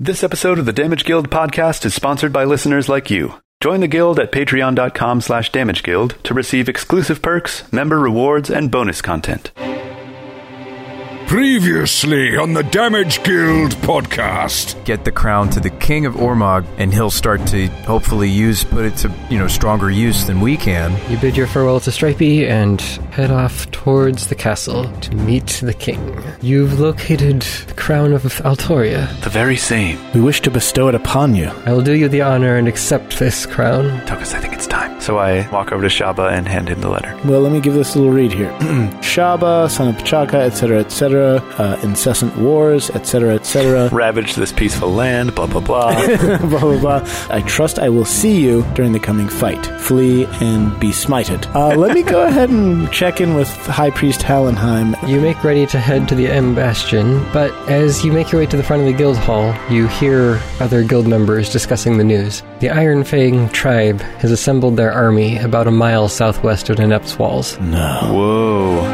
This episode of the Damage Guild podcast is sponsored by listeners like you. Join the guild at patreon.com slash damage guild to receive exclusive perks, member rewards, and bonus content. Previously on the Damage Guild podcast. get the crown to the king of Ormog, and he'll start to hopefully use put it to you know stronger use than we can. You bid your farewell to Stripey and head off towards the castle to meet the king. You've located the crown of Altoria. The very same. We wish to bestow it upon you. I will do you the honor and accept this crown. Tokus, I think it's time. So I walk over to Shaba and hand him the letter. Well, let me give this a little read here. Shaba, son of Pachaka, etc., etc., uh, incessant wars, etc., etc., Ravage this peaceful land, blah, blah, blah. blah, blah, blah. I trust I will see you during the coming fight. Flee and be smited. Uh, let me go ahead and check in with High Priest Hallenheim. You make ready to head to the M Bastion, but as you make your way to the front of the guild hall, you hear other guild members discussing the news. The Iron Fang tribe has assembled their army about a mile southwest of Nenep's walls. Whoa.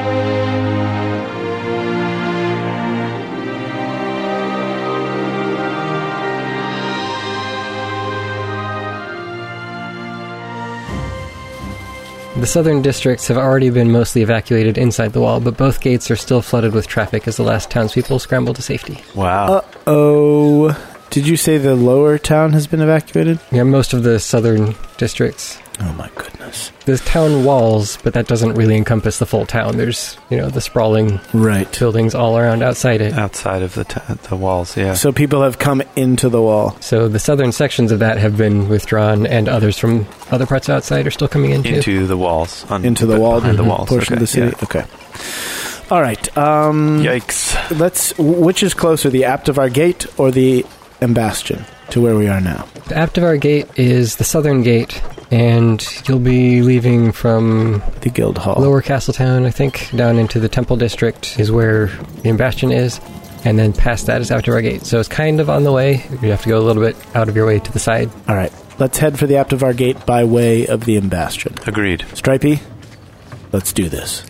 The southern districts have already been mostly evacuated inside the wall, but both gates are still flooded with traffic as the last townspeople scramble to safety. Wow. Uh oh. Did you say the lower town has been evacuated? Yeah, most of the southern districts. Oh my goodness. There's town walls, but that doesn't really encompass the full town. There's, you know, the sprawling Right. buildings all around outside it. Outside of the, t- the walls, yeah. So people have come into the wall. So the southern sections of that have been withdrawn, and others from other parts outside are still coming in too. Into the walls. on- Into the wall Behind the walls. okay, portion of the city? Okay. All right. Um, yeah. Yikes. Let's. Which is closer, the Aptivar Gate or the Embastion to where we are now? The Aptivar Gate is the southern gate, and you'll be leaving from The Guild Hall. Lower Castletown, I think, down into the Temple District is where the Bastion is, and then past that is Outer Gate. So it's kind of on the way. You have to go a little bit out of your way to the side. All right. Let's head for the Aptivar Gate by way of the Embastion. Agreed. Stripey, let's do this.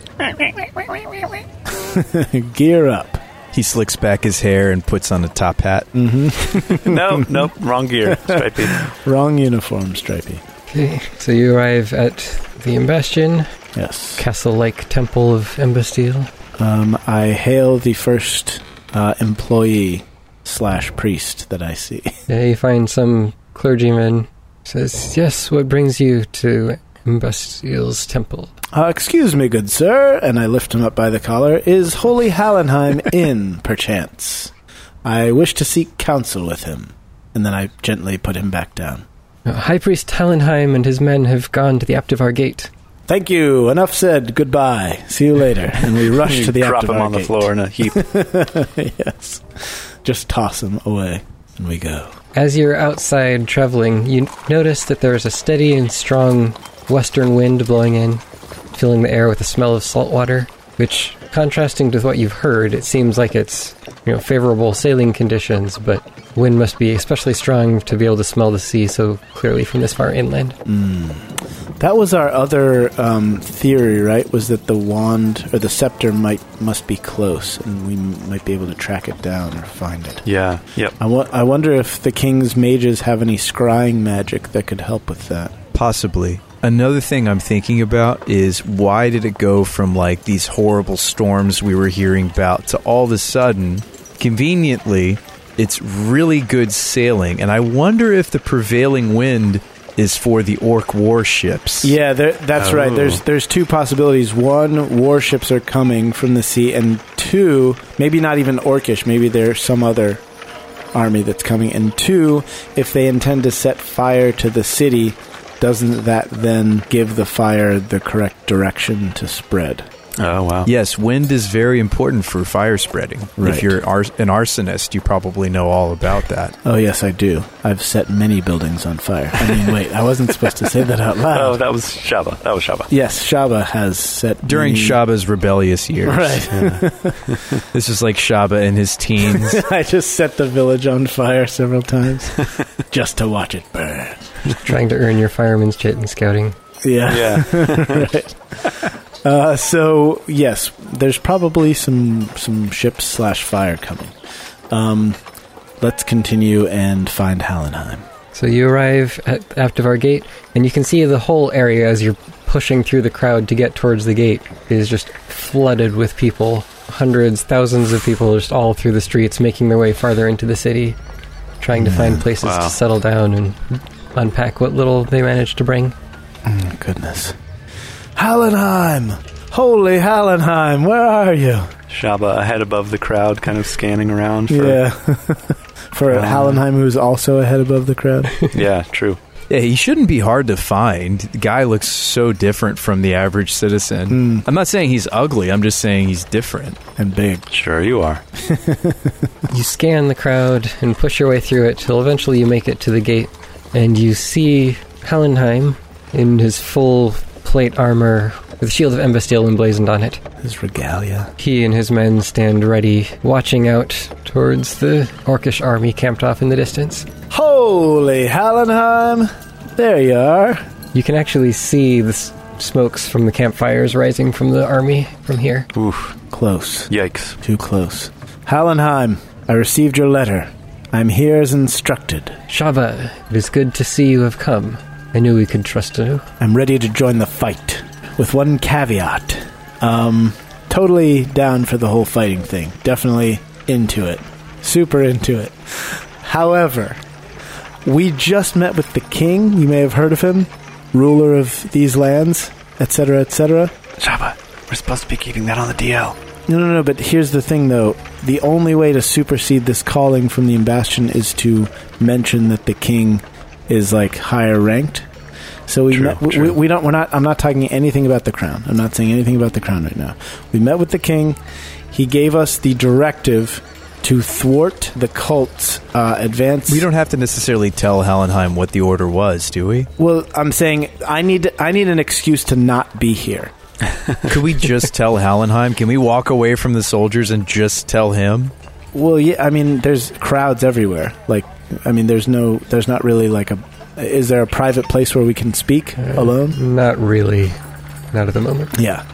Gear up. He slicks back his hair and puts on a top hat. no, nope. Wrong gear. Stripey. Wrong uniform, Stripey. Okay. So you arrive at the Bastion, Yes. castle-like temple of Embastille. Um, I hail the first uh, employee slash priest that I see. Yeah, you find some clergyman says, "Yes, what brings you to Embastille's temple?" Uh, excuse me, good sir, and I lift him up by the collar. Is Holy Hallenheim in, perchance? I wish to seek counsel with him. And then I gently put him back down. Now, High Priest Talenheim and his men have gone to the Aptivar Gate. Thank you. Enough said. Goodbye. See you later. And we rush You to the drop Aptivar him on the gate. floor in a heap. yes. Just toss him away. And we go. As you're outside traveling, you notice that there is a steady and strong western wind blowing in, filling the air with the smell of salt water, which, contrasting with what you've heard, it seems like it's you know favorable sailing conditions, but wind must be especially strong to be able to smell the sea so clearly from this far inland. That was our other um, theory, right? Was that the wand or the scepter might must be close, and we m- might be able to track it down or find it. Yeah. Yep. I, wo- I wonder if the king's mages have any scrying magic that could help with that. Possibly. Another thing I'm thinking about is why did it go from like these horrible storms we were hearing about to all of a sudden, conveniently, it's really good sailing. And I wonder if the prevailing wind is for the orc warships. Yeah, there, that's right. There's there's two possibilities. One, warships are coming from the sea, and two, maybe not even Orcish. Maybe they're some other army that's coming. And two, if they intend to set fire to the city, doesn't that then give the fire the correct direction to spread? Oh, wow. Yes, wind is very important for fire spreading. Right. If you're ar- an arsonist, you probably know all about that. Oh yes, I do. I've set many buildings on fire. I mean, wait, I wasn't supposed to say that out Oh, loud. that was Shaba. That was Shaba. Yes, Shaba has set During many- Shaba's rebellious years. Mm. Right. This is like Shaba in his teens. I just set the village on fire several times just to watch it burn. Trying to earn your fireman's chit in scouting. Yeah. Yeah. right. Uh, so yes, there's probably some some ships slash fire coming. Um, Let's continue and find Hallenheim. So you arrive at Aptivar Gate, and you can see the whole area as you're pushing through the crowd to get towards the gate is just flooded with people. Hundreds, thousands of people just all through the streets making their way farther into the city, trying to find places Wow. to settle down and unpack what little they managed to bring. Oh, goodness. Hallenheim! Holy Hallenheim, where are you? Shaba ahead above the crowd, kind of scanning around. For, Yeah. For Um, Hallenheim, who's also ahead above the crowd. yeah, true. Yeah, he shouldn't be hard to find. The guy looks so different from the average citizen. Mm, I'm not saying he's ugly. I'm just saying he's different. and big. Sure, you are. You scan the crowd and push your way through it till eventually you make it to the gate, and you see Hallenheim in his full plate armor with the shield of Embastille emblazoned on it. His regalia. He and his men stand ready, watching out towards the Orcish army camped off in the distance. Holy Hallenheim! There you are. You can actually see the s- smokes from the campfires rising from the army from here. Oof. Close. Yikes. Too close. Hallenheim, I received your letter. I'm here as instructed. Shava, it is good to see you have come. I knew we could trust you. I'm ready to join the fight. With one caveat. Um, totally down for the whole fighting thing. Definitely into it. Super into it. However, we just met with the king. You may have heard of him. Ruler of these lands, etc., etc. Shaba, we're supposed to be keeping that on the DL. No, no, no, but here's the thing, though. The only way to supersede this calling from the Bastion is to mention that the king is, like, higher ranked. So we, True, met, we, true. we don't, we're not, I'm not talking anything about the crown. I'm not saying anything about the crown right now. We met with the king. He gave us the directive to thwart the cult's uh, advance. We don't have to necessarily tell Hallenheim what the order was, do we? Well, I'm saying I need, I need an excuse to not be here. Could we just tell Hallenheim? Can we walk away from the soldiers and just tell him? Well, yeah, I mean, there's crowds everywhere. Like, I mean, there's no, there's not really like a. Is there a private place where we can speak alone? Not really. Not at the moment. Yeah.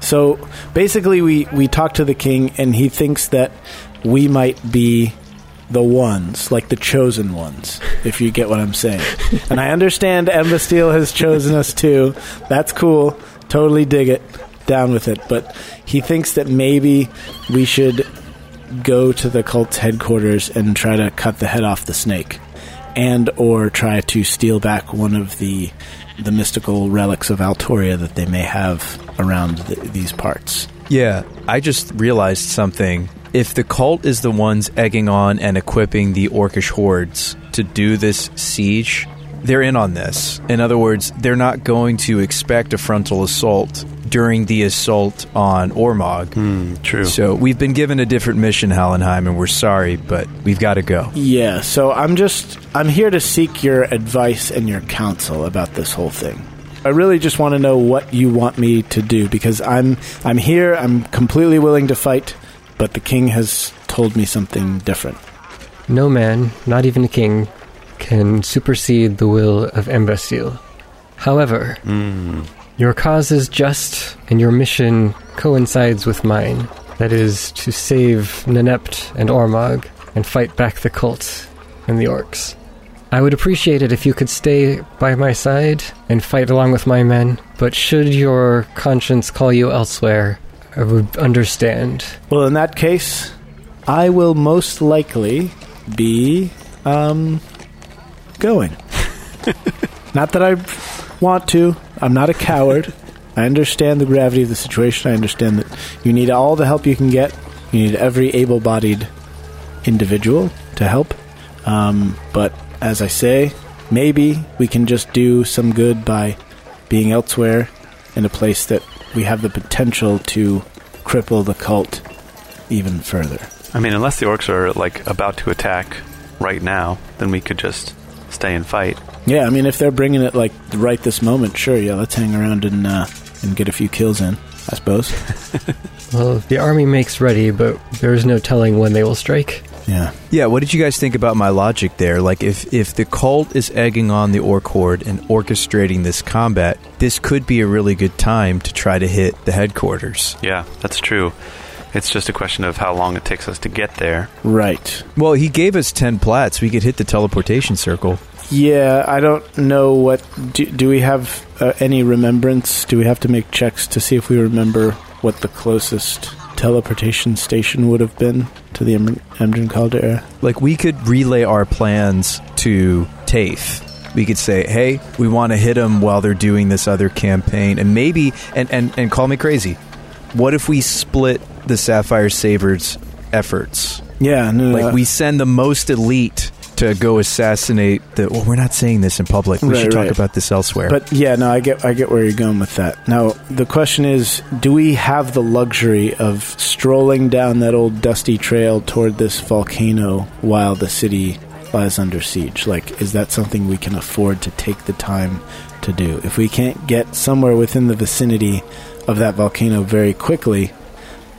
So basically, we we talk to the king, and he thinks that we might be the ones, like the chosen ones, if you get what I'm saying. and I understand Emma Steele has chosen us too. That's cool. Totally dig it. Down with it. But he thinks that maybe we should go to the cult's headquarters and try to cut the head off the snake and or try to steal back one of the the mystical relics of Altoria that they may have around th these parts. Yeah, I just realized something. If the cult is the ones egging on and equipping the orcish hordes to do this siege, they're in on this. In other words, they're not going to expect a frontal assault during the assault on Ormog. True. So we've been given a different mission, Hallenheim, and we're sorry, but we've got to go. Yeah, so I'm just I'm here to seek your advice and your counsel about this whole thing. I really just want to know what you want me to do because I'm I'm here, I'm completely willing to fight, but the king has told me something different. No man, not even a king, can supersede the will of Embassil. However, your cause is just, and your mission coincides with mine. That is, to save Nenept and Ormog, and fight back the cult and the orcs. I would appreciate it if you could stay by my side and fight along with my men, but should your conscience call you elsewhere, I would understand. Well, in that case, I will most likely be um, going. not that I want to. I'm not a coward. I understand the gravity of the situation. I understand that you need all the help you can get. You need every able-bodied individual to help. Um, but as I say, maybe we can just do some good by being elsewhere in a place that we have the potential to cripple the cult even further. I mean, unless the orcs are like about to attack right now, then we could just stay and fight. Yeah, I mean, if they're bringing it like right this moment, sure, yeah, let's hang around and uh, and get a few kills in, I suppose. Well, the army makes ready, but there's no telling when they will strike. Yeah, Yeah, what did you guys think about my logic there? Like, if, if the cult is egging on the orc horde and orchestrating this combat, this could be a really good time to try to hit the headquarters. Yeah, that's true. It's just a question of how long it takes us to get there. Right. Well, he gave us 10 plats. We could hit the teleportation circle. Yeah, I don't know what. Do, do we have uh, any remembrance? Do we have to make checks to see if we remember what the closest teleportation station would have been to the Em- Emden Caldera? Like, we could relay our plans to TAFE. We could say, hey, we want to hit them while they're doing this other campaign. And maybe, and, and, and call me crazy, what if we split the Sapphire Saber's efforts? Yeah, no, uh, no, Like no. we send the most elite to go assassinate the. Well, we're not saying this in public. We Right, should talk right. about this elsewhere. But yeah, no, I get I get where you're going with that. Now the question is, do we have the luxury of strolling down that old dusty trail toward this volcano while the city lies under siege? Like, is that something we can afford to take the time to do? If we can't get somewhere within the vicinity of that volcano very quickly,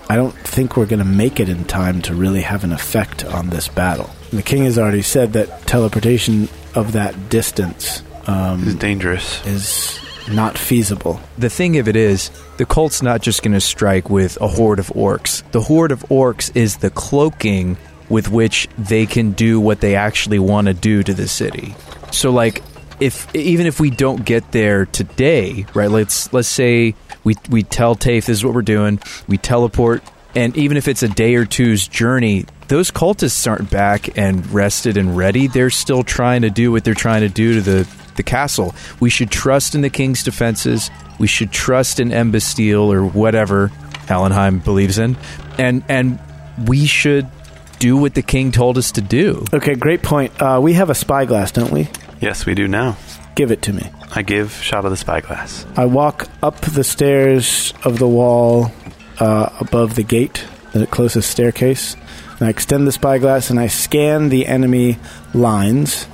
I don't think we're going to make it in time to really have an effect on this battle. And the king has already said that teleportation of that distance. Um, It's dangerous. is not feasible. the thing of it is, the cult's not just going to strike with a horde of orcs. The horde of orcs is the cloaking with which they can do what they actually want to do to the city. So, like, if even if we don't get there today, right? Let's let's say we we tell Tafe this is what we're doing. We teleport, and even if it's a day or two's journey. Those cultists aren't back and rested and ready. They're still trying to do what they're trying to do to the the castle. We should trust in the king's defenses. We should trust in Embastille or whatever Hallenheim believes in, and and we should do what the king told us to do. Okay, great point. Uh, we have a spyglass, don't we? Yes, we do now. Give it to me. I give Shaba the spyglass. I walk up the stairs of the wall uh, above the gate, the closest staircase, and I extend the spyglass and I scan the enemy lines.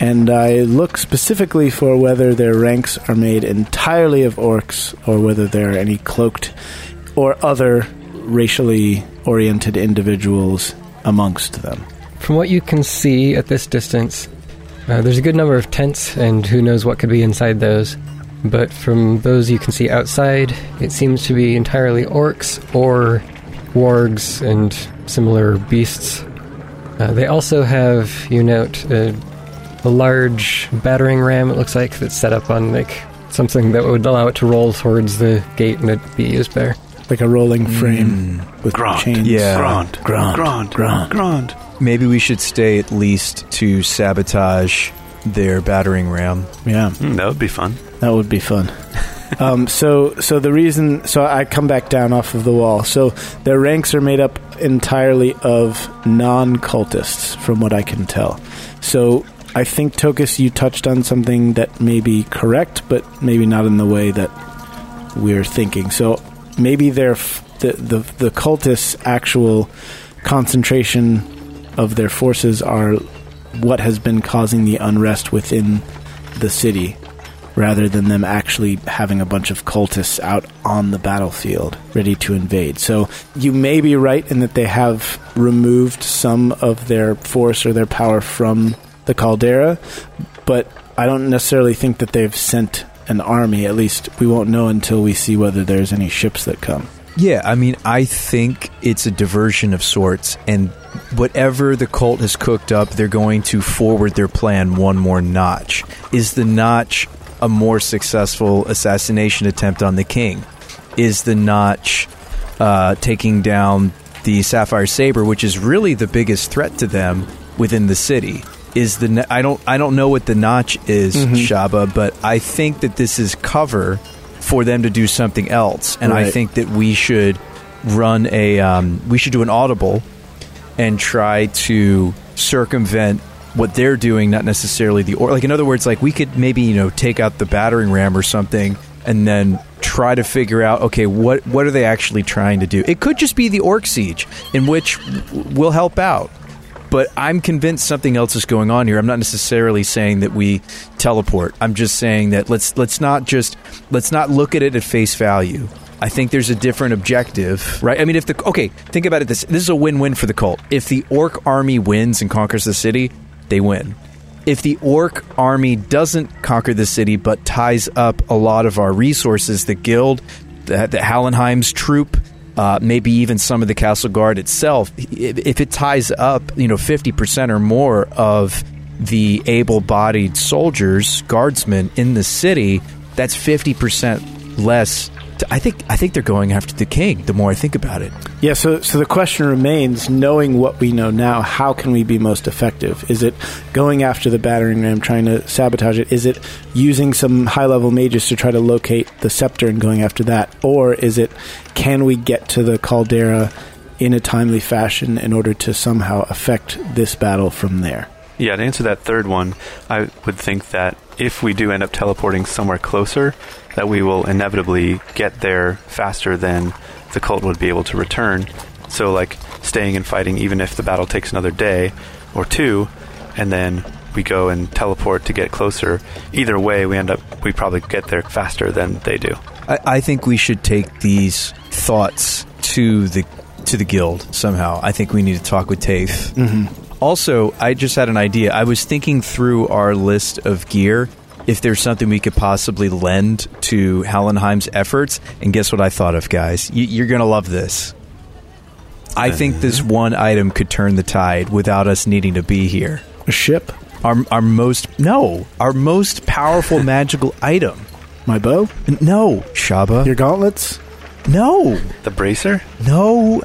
And I look specifically for whether their ranks are made entirely of orcs or whether there are any cloaked or other racially oriented individuals amongst them. From what you can see at this distance, uh, there's a good number of tents, and who knows what could be inside those. But from those you can see outside, it seems to be entirely orcs or wargs and similar beasts. Uh, they also have, you note, a, a large battering ram, it looks like, that's set up on like something that would allow it to roll towards the gate and it'd be used there. like a rolling frame with Grunt. chains. Yeah. Grand. Grand. Grand. Grand. Grand. Maybe we should stay at least to sabotage their battering ram. yeah, Hmm, that would be fun. that would be fun. um, so, so the reason, so I come back down off of the wall. So their ranks are made up entirely of non-cultists, from what I can tell. So I think Tokus, you touched on something that may be correct, but maybe not in the way that we're thinking. So maybe their f- the, the the cultists' actual concentration of their forces are what has been causing the unrest within the city, rather than them actually having a bunch of cultists out on the battlefield ready to invade. So you may be right in that they have removed some of their force or their power from the caldera, but I don't necessarily think that they've sent an army. At least we won't know until we see whether there's any ships that come. Yeah, I mean, I think it's a diversion of sorts, and whatever the cult has cooked up, they're going to forward their plan one more notch. Is the notch a more successful assassination attempt on the king? Is the notch uh, taking down the sapphire saber, which is really the biggest threat to them within the city? Is the no- I don't I don't know what the notch is, Shaba, but I think that this is cover for them to do something else, and I Right. think that we should run a um, we should do an audible and try to circumvent what they're doing, not necessarily the or like in other words, like we could maybe you know take out the battering ram or something, and then try to figure out okay what what are they actually trying to do? It could just be the orc siege, in which w- we'll help out. But I'm convinced something else is going on here. I'm not necessarily saying that we teleport. I'm just saying that let's let's not just let's not look at it at face value. I think there's a different objective, right? I mean, if the okay, think about it. This this is a win-win for the cult. If the orc army wins and conquers the city, they win. If the orc army doesn't conquer the city but ties up a lot of our resources, the guild, the, the Hallenheim's troop, uh, maybe even some of the Castle Guard itself, i- if it ties up, you know, 50% or more of the able bodied soldiers, guardsmen in the city, that's 50% less. t- I think I think they're going after the king. The more I think about it, Yeah, so, so the question remains knowing what we know now, how can we be most effective? Is it going after the battering ram, trying to sabotage it? Is it using some high level mages to try to locate the scepter and going after that? Or is it can we get to the caldera in a timely fashion in order to somehow affect this battle from there? Yeah, to answer that third one, I would think that if we do end up teleporting somewhere closer, that we will inevitably get there faster than the cult would be able to return. So, like, staying and fighting, even if the battle takes another day or two, and then we go and teleport to get closer, either way, we end up, we probably get there faster than they do. I, I think we should take these thoughts to the to the guild somehow. I think we need to talk with Tafe. Mm-hmm. Also, I just had an idea. I was thinking through our list of gear. If there's something we could possibly lend to Hallenheim's efforts, and guess what I thought of, guys? You, you're gonna love this. I Uh-huh. think this one item could turn the tide without us needing to be here A ship? our, our most no our most powerful magical item My bow? no shaba Your gauntlets? no The bracer? no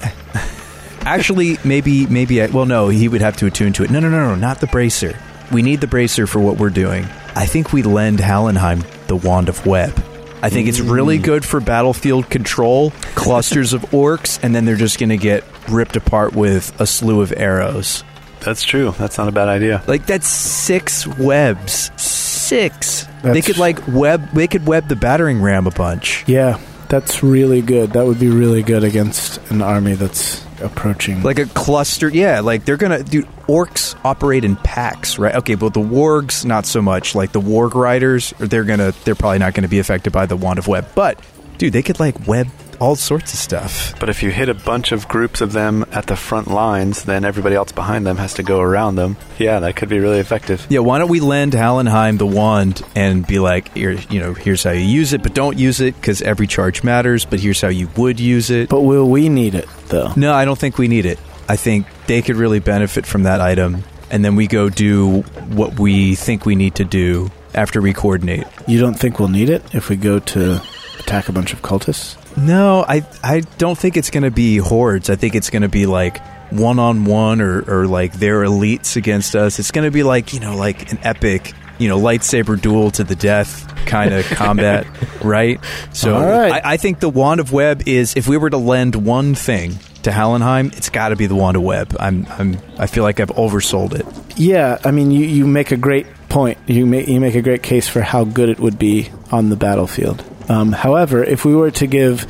actually maybe maybe I, well no he would have to attune to it no no no no not the bracer we need the bracer for what we're doing i think we lend hallenheim the wand of web i think it's really good for battlefield control clusters of orcs and then they're just going to get ripped apart with a slew of arrows That's true. That's not a bad idea. like that's six webs. Six. they That's- could like web. They could web the battering ram a bunch. Yeah, that's really good. That would be really good against an army that's approaching. Like a cluster. Yeah. Like they're gonna. Dude, orcs operate in packs, right? Okay, but the wargs not so much. Like the warg riders, they're gonna. They're probably not gonna be affected by the wand of web. But dude, they could like web all sorts of stuff. But if you hit a bunch of groups of them at the front lines, then everybody else behind them has to go around them. Yeah, that could be really effective. Yeah, why don't we lend Hallenheim the wand and be like, here, you know, here's how you use it, but don't use it because every charge matters. But here's how you would use it. but will we need it, though? No, I don't think we need it. I think they could really benefit from that item, and then we go do what we think we need to do after we coordinate. You don't think we'll need it if we go to attack a bunch of cultists? No, I I don't think it's going to be hordes. I think it's going to be like one on one or or like their elites against us. It's going to be like you know like an epic. You know, lightsaber duel to the death kind of combat, right? So, All right. I, I think the wand of web is if we were to lend one thing to Hallenheim, it's got to be the wand of web. I'm, I'm, I feel like I've oversold it. Yeah, I mean, you, you make a great point. You make you make a great case for how good it would be on the battlefield. Um, however, if we were to give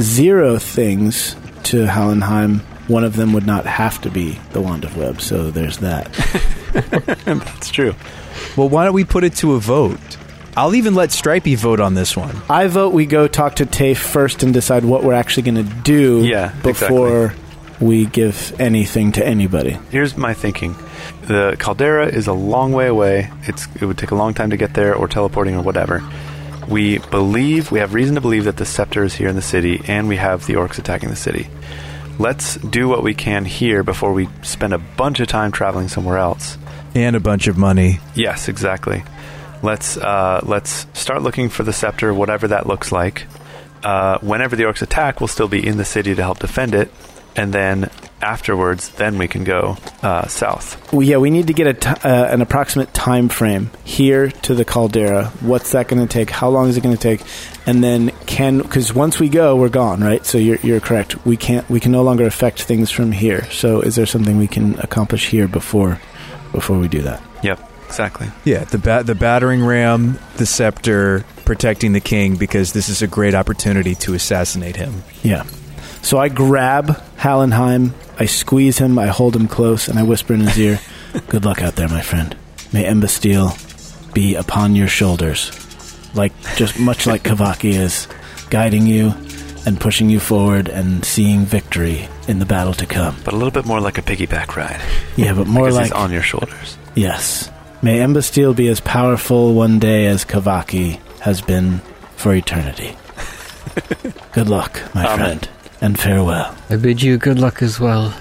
zero things to Hallenheim, one of them would not have to be the wand of web. So there's that. That's true. Well, why don't we put it to a vote? I'll even let Stripey vote on this one. I vote we go talk to TAFE first and decide what we're actually going to do Yeah, before we give anything to anybody. Here's my thinking. The caldera is a long way away. It's it would take a long time to get there or teleporting or whatever. We believe we have reason to believe that the scepter is here in the city and we have the orcs attacking the city. Let's do what we can here before we spend a bunch of time traveling somewhere else. And a bunch of money. Yes, exactly. Let's uh, let's start looking for the scepter, whatever that looks like. Uh, whenever the orcs attack, we'll still be in the city to help defend it, and then afterwards, then we can go uh, south. Well, yeah, we need to get a t- uh, an approximate time frame here to the caldera. What's that going to take? How long is it going to take? And then can because once we go, we're gone, right? So you're you're correct. We can't we can no longer affect things from here. So is there something we can accomplish here before before we do that? Yep, exactly. Yeah, the ba- the battering ram, the scepter, protecting the king because this is a great opportunity to assassinate him. Yeah. So I grab Hallenheim, I squeeze him, I hold him close, and I whisper in his ear, "Good luck out there, my friend. May Embastille be upon your shoulders, like just much like Kavaki is, guiding you and pushing you forward and seeing victory in the battle to come. But a little bit more like a piggyback ride, Yeah, but more because like he's on your shoulders. yes. May Embastille be as powerful one day as Kavaki has been for eternity. Good luck, my Amen. friend. and farewell. I bid you good luck as well.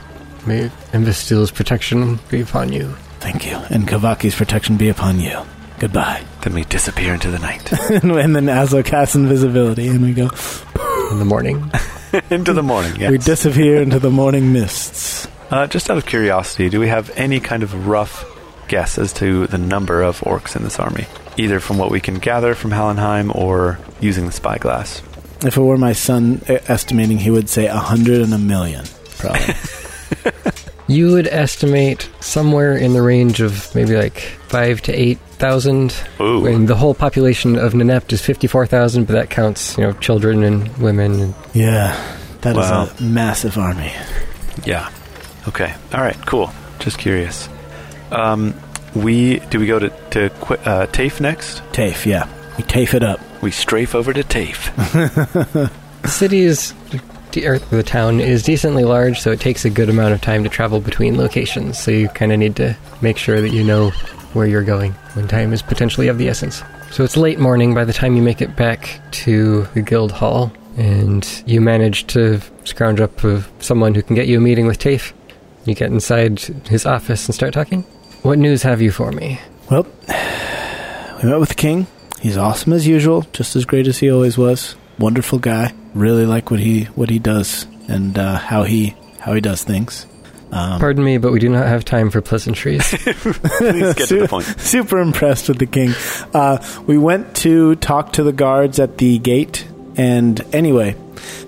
May Investil's protection be upon you. Thank you. And Kavaki's protection be upon you. Goodbye. Then we disappear into the night. and then Aslo casts invisibility, and we go. In the morning, into the morning, yes. We disappear into the morning mists. uh, just out of curiosity, do we have any kind of rough guess as to the number of orcs in this army? Either from what we can gather from Hallenheim or using the spyglass. If it were my son uh, estimating, he would say a hundred and a million, probably. you would estimate somewhere in the range of maybe like five to eight thousand. Ooh. And the whole population of Nenept is fifty-four thousand, but that counts, you know, children and women. And yeah, that is Wow. a massive army. Yeah. Okay. All right. Cool. Just curious. Um, we do we go to to Qu- uh, Tafe next? Tafe, yeah, we tafe it up. We strafe over to Tafe. the city is, or the town is decently large, so it takes a good amount of time to travel between locations. So you kind of need to make sure that you know where you're going when time is potentially of the essence. So it's late morning by the time you make it back to the guild hall, and you manage to scrounge up uh, someone who can get you a meeting with Tafe. You get inside his office and start talking. What news have you for me? We met with the king. He's awesome as usual, just as great as he always was. Wonderful guy. Really like what he what he does and uh, how he how he does things. Um, Pardon me, but we do not have time for pleasantries. Please get to the point. super impressed with the king. Uh, we went to talk to the guards at the gate, and anyway,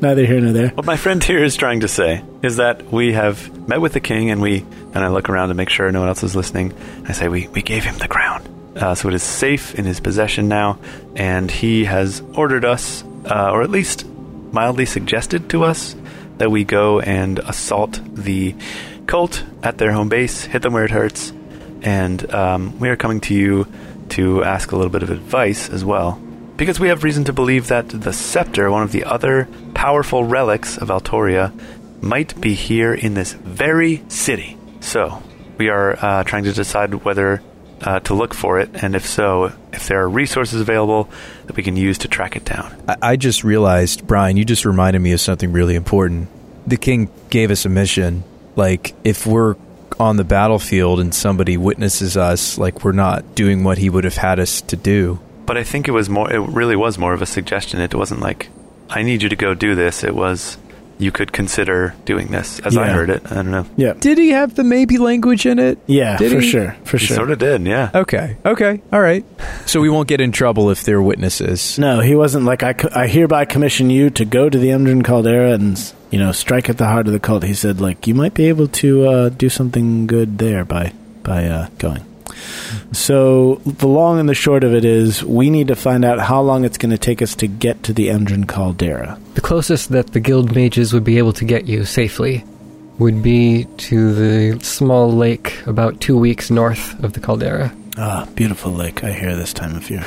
neither here nor there. What my friend here is trying to say is that we have met with the king, and we and I look around to make sure no one else is listening. I say we we gave him the crown, uh, so it is safe in his possession now, and he has ordered us, uh, or at least mildly suggested to us, that we go and assault the cult at their home base, hit them where it hurts, and um, we are coming to you to ask a little bit of advice as well. Because we have reason to believe that the scepter, one of the other powerful relics of Altoria, might be here in this very city. So, we are uh, trying to decide whether uh, to look for it, and if so, if there are resources available that we can use to track it down. I, I just realized, Brian, you just reminded me of something really important. The king gave us a mission. Like, if we're on the battlefield and somebody witnesses us, like, we're not doing what he would have had us to do. But I think it was more, it really was more of a suggestion. It wasn't like, I need you to go do this. It was, you could consider doing this, as I Yeah. heard it. I don't know. Yeah, Did he have the maybe language in it? yeah, Did for he? sure, for You sure. sort of did, yeah. Okay. Okay. All right. So we won't get in trouble if they're witnesses. no, he wasn't like I. co- I hereby commission you to go to the Emdrin Caldera and you know strike at the heart of the cult. He said like you might be able to uh, do something good there by by uh, going. So the long and the short of it is, we need to find out how long it's going to take us to get to the Emdrin Caldera. The closest that the guild mages would be able to get you safely would be to the small lake about two weeks north of the caldera. Ah, beautiful lake. I hear this time of year.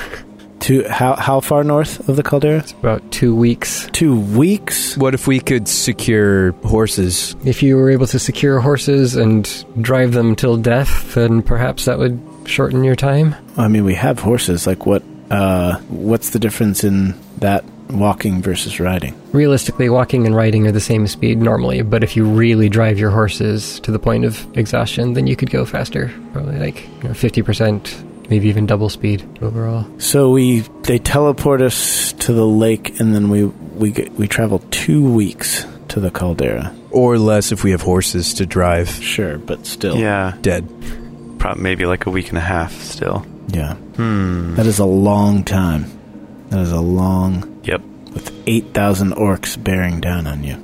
To how how far north of the caldera? It's about two weeks. Two weeks. What if we could secure horses? If you were able to secure horses and drive them till death, then perhaps that would shorten your time. I mean, we have horses. Like what? Uh, what's the difference in that walking versus riding? Realistically, walking and riding are the same speed normally, but if you really drive your horses to the point of exhaustion, then you could go faster. Probably like you know, 50%, maybe even double speed overall. So we they teleport us to the lake, and then we we get, we travel two weeks to the caldera. Or less if we have horses to drive. Sure, but still, Yeah, Dead. prob- maybe like a week and a half still. yeah. Hmm. That is a long time. That is a long. Yep. With eight thousand orcs bearing down on you.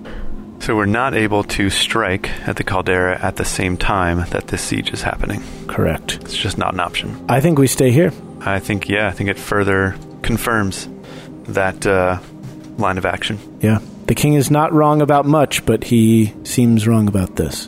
So we're not able to strike at the caldera at the same time that this siege is happening. Correct. It's just not an option. I think we stay here. I think, yeah, I think it further confirms that uh, line of action. Yeah. The king is not wrong about much, but he seems wrong about this.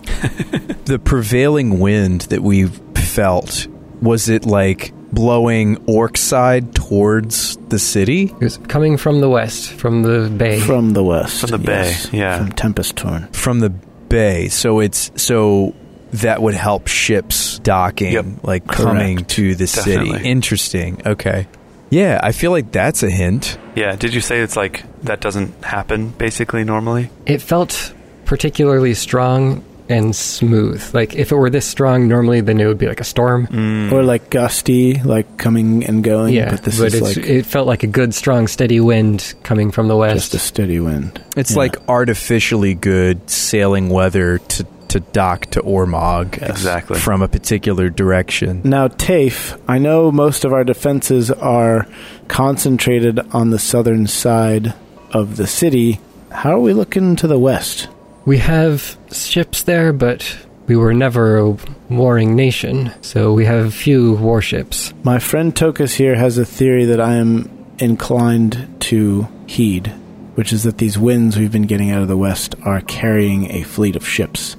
the prevailing wind that we felt was it like blowing orc side towards the city It was coming from the west, from the bay. From the west. From the bay, yeah. From Tempest Torn. from the bay so it's so that would help ships docking Yep. like Correct. coming to the Definitely. city interesting okay Yeah, I feel like that's a hint. Yeah, did you say it's like that doesn't happen basically normally? It felt particularly strong and smooth. Like if it were this strong normally, then it would be like a storm. Mm. Or like gusty, like coming and going. yeah, Mm-hmm. but this is it's, like it felt like a good, strong, steady wind coming from the west. just a steady wind. It's Yeah. like artificially good sailing weather to, to dock to Ormog Exactly. from a particular direction. Now, TAFE, I know most of our defenses are concentrated on the southern side of the city. How are we looking to the west? We have ships there, but we were never a warring nation, so we have few warships. My friend Tokus here has a theory that I am inclined to heed, which is that these winds we've been getting out of the west are carrying a fleet of ships.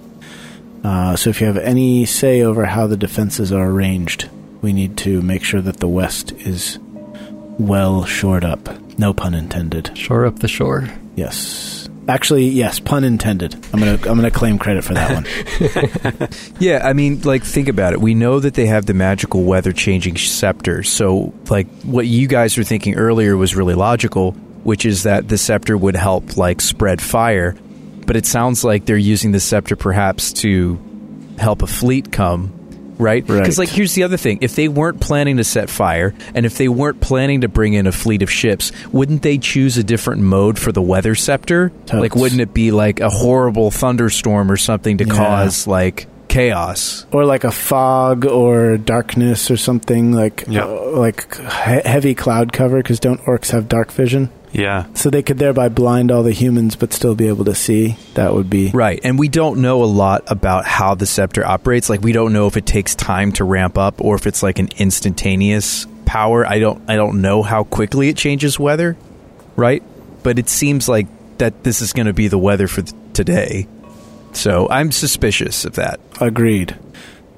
Uh, so, if you have any say over how the defenses are arranged, we need to make sure that the west is well shored up. No pun intended. Shore up the shore. Yes. Actually, yes, pun intended. I'm gonna I'm gonna claim credit for that one. Yeah, I mean, like, think about it. We know that they have the magical weather changing scepter. So, like, what you guys were thinking earlier was really logical, which is that the scepter would help, like, spread fire. But it sounds like they're using the scepter perhaps to help a fleet come, right? Right. Because, like, here's the other thing if they weren't planning to set fire and if they weren't planning to bring in a fleet of ships, wouldn't they choose a different mode for the weather scepter? Totes. Like, wouldn't it be like a horrible thunderstorm or something to Yeah. cause, like, chaos? or like a fog or darkness or something like Yeah. uh, like he- heavy cloud cover because don't orcs have dark vision, Yeah. so they could thereby blind all the humans but still be able to see. That would be Right. And we don't know a lot about how the scepter operates. Like we don't know if it takes time to ramp up or if it's like an instantaneous power. I don't I don't know how quickly it changes weather, right? But it seems like that this is going to be the weather for th- today. So I'm suspicious of that. agreed.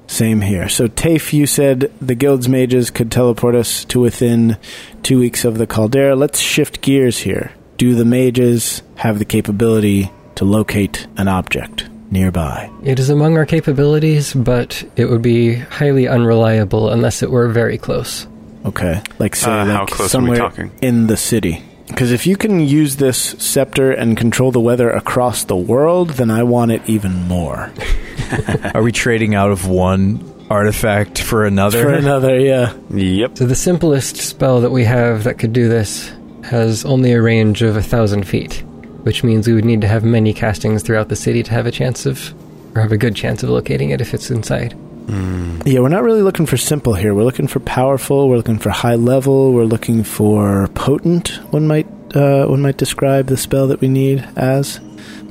Same here. So Tafe, you said the guild's mages could teleport us to within two weeks of the caldera. Let's shift gears here. Do the mages have the capability to locate an object nearby? It is among our capabilities, but it would be highly unreliable unless it were very close. Okay. Like say Uh, like how close are we somewhere talking? in the city. Because if you can use this scepter and control the weather across the world, then I want it even more. Are we trading out of one artifact for another? For another, yeah. Yep. So the simplest spell that we have that could do this has only a range of a thousand feet, which means we would need to have many castings throughout the city to have a chance of, or have a good chance of locating it if it's inside. Yeah, we're not really looking for simple here. We're looking for powerful, we're looking for high level, we're looking for potent, one might uh, one might describe the spell that we need as.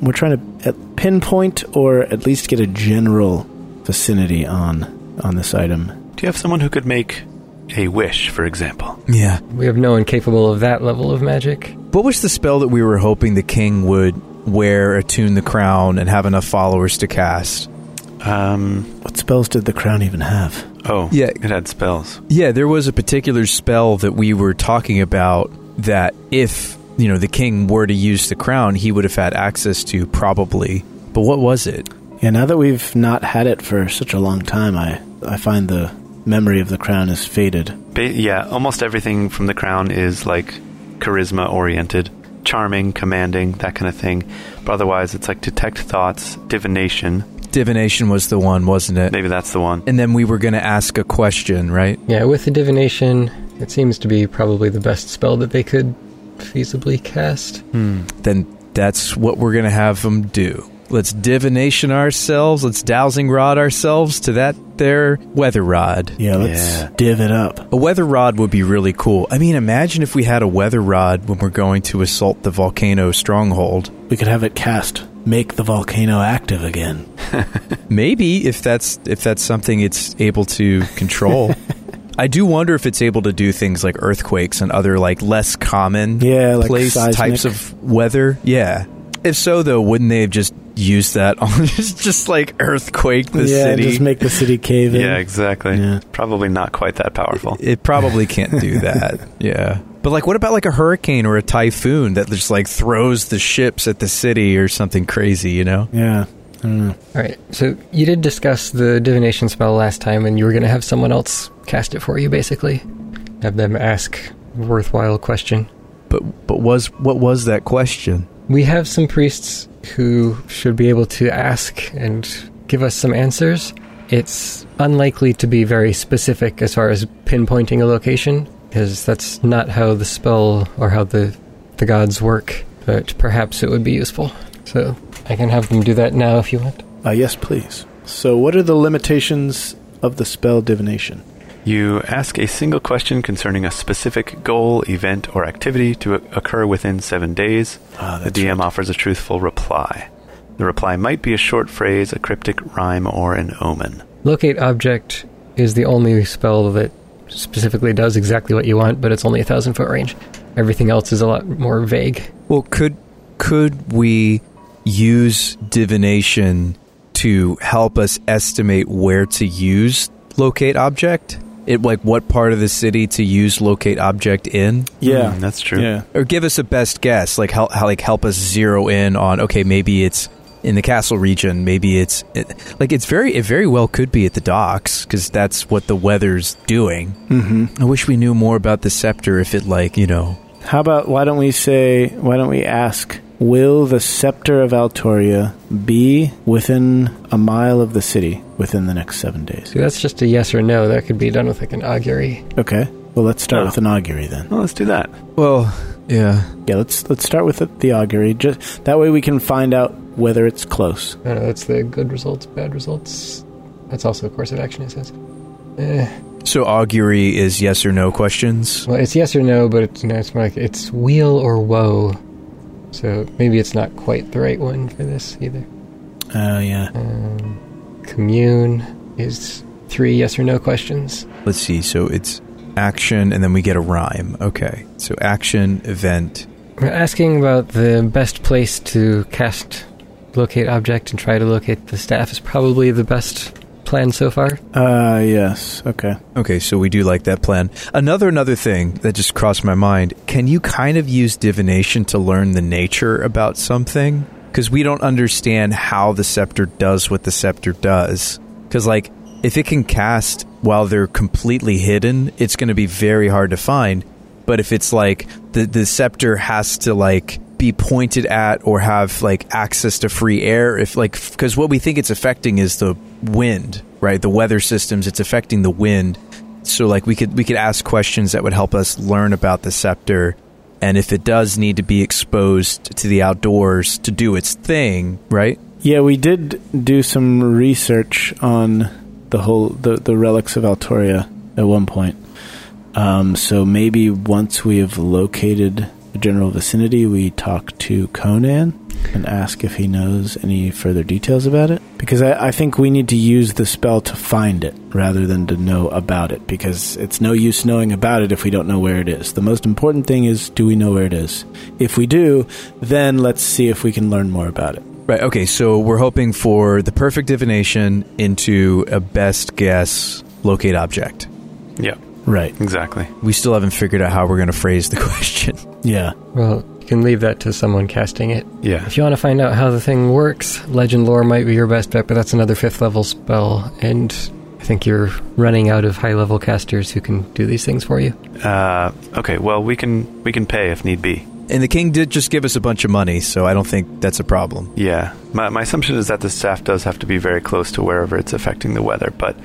We're trying to uh, pinpoint or at least get a general vicinity on on this item. Do you have someone who could make a wish, for example? yeah. We have no one capable of that level of magic. What was the spell that we were hoping the king would wear, attune the crown, and have enough followers to cast? Um, What spells did the crown even have? oh, Yeah. it had spells. Yeah, there was a particular spell that we were talking about that if, you know, the king were to use the crown, he would have had access to probably. But what was it? Yeah, now that we've not had it for such a long time, I I find the memory of the crown is faded. Ba- yeah, almost everything from the crown is like charisma oriented, charming, commanding, that kind of thing. But otherwise, it's like detect thoughts, divination. Divination was the one, wasn't it? Maybe that's the one. And then we were going to ask a question, right? Yeah, with the divination, it seems to be probably the best spell that they could feasibly cast. Then that's what we're going to have them do. Let's divination ourselves. Let's dowsing rod ourselves to that there weather rod. Yeah, let's Yeah. div it up. A weather rod would be really cool. I mean, imagine if we had a weather rod when we're going to assault the volcano stronghold. We could have it cast make the volcano active again. Maybe if that's if that's something it's able to control. I do wonder if it's able to do things like earthquakes and other like less common Yeah, like place seismic. types of weather. Yeah. If so though, wouldn't they have just used that on just, just like earthquake the yeah, city? just make the city cave in. Yeah, exactly. Yeah. Probably not quite that powerful. it probably can't do that. yeah. But like what about like a hurricane or a typhoon that just like throws the ships at the city or something crazy, you know? Yeah, I don't know. All right, so you did discuss the divination spell last time, and you were going to have someone else cast it for you, basically. Have them ask worthwhile question. But but was what was that question? We have some priests who should be able to ask and give us some answers. It's unlikely to be very specific as far as pinpointing a location, because that's not how the spell or how the, the gods work, but perhaps it would be useful. So I can have them do that now if you want. Uh, yes, please. So, what are the limitations of the spell divination? You ask a single question concerning a specific goal, event, or activity to o- occur within seven days. Ah, the that's DM offers a truthful reply. The reply might be a short phrase, a cryptic rhyme, or an omen. Locate object is the only spell that specifically does exactly what you want, but it's only a thousand foot range. Everything else is a lot more vague. Well, could could we use divination to help us estimate where to use locate object? It like what part of the city to use locate object in? Yeah. Mm, that's true. Yeah. or give us a best guess like help how like help us zero in on okay maybe it's in the castle region maybe it's it, like it's very it very well could be at the docks because that's what the weather's doing Mm-hmm. i wish we knew more about the scepter if it like you know How about why don't we say why don't we ask will the scepter of Altoria be within a mile of the city within the next 7 days? See, that's just a yes or no. That could be done with like an augury. Okay. Well, let's start Oh. with an augury then. Well, let's do that. well yeah Yeah, let's let's start with the, the augury. Just that way we can find out whether it's close. I don't know, that's Uh, the good results, bad results. That's also a course of action, it says. Eh, so augury is yes or no questions well, it's yes or no, but it's, you know, it's more like it's wheel or woe. So maybe it's not quite the right one for this either. Oh yeah. Um, commune is three yes or no questions. let's see so it's action and then we get a rhyme okay so action event We're asking about the best place to cast locate object and try to locate the staff is probably the best plan so far. Uh yes. Okay. Okay, so we do like that plan. Another another thing that just crossed my mind, can you kind of use divination to learn the nature about something? Cuz we don't understand how the scepter does what the scepter does. Cuz like if it can cast while they're completely hidden, it's going to be very hard to find. But if it's like the the scepter has to like be pointed at or have like access to free air if like because what we think it's affecting is the wind right the weather systems it's affecting the wind so like we could we could ask questions that would help us learn about the scepter and if it does need to be exposed to the outdoors to do its thing right Yeah, we did do some research on the whole the, the relics of Altoria at one point. Um, so maybe once we have located the general vicinity, we talk to Conan and ask if he knows any further details about it. Because I, I think we need to use the spell to find it rather than to know about it. Because it's no use knowing about it if we don't know where it is. The most important thing is do we know where it is? If we do, then let's see if we can learn more about it. right okay so we're hoping for the perfect divination into a best guess locate object Yeah, Right. exactly. we still haven't figured out how we're going to phrase the question Yeah. Well, you can leave that to someone casting it. Yeah. If you want to find out how the thing works, legend lore might be your best bet, but that's another fifth level spell, and I think you're running out of high level casters who can do these things for you. Uh, okay. Well, we can we can pay if need be. And the king did just give us a bunch of money, so I don't think that's a problem. Yeah. My my assumption is that the staff does have to be very close to wherever it's affecting the weather, but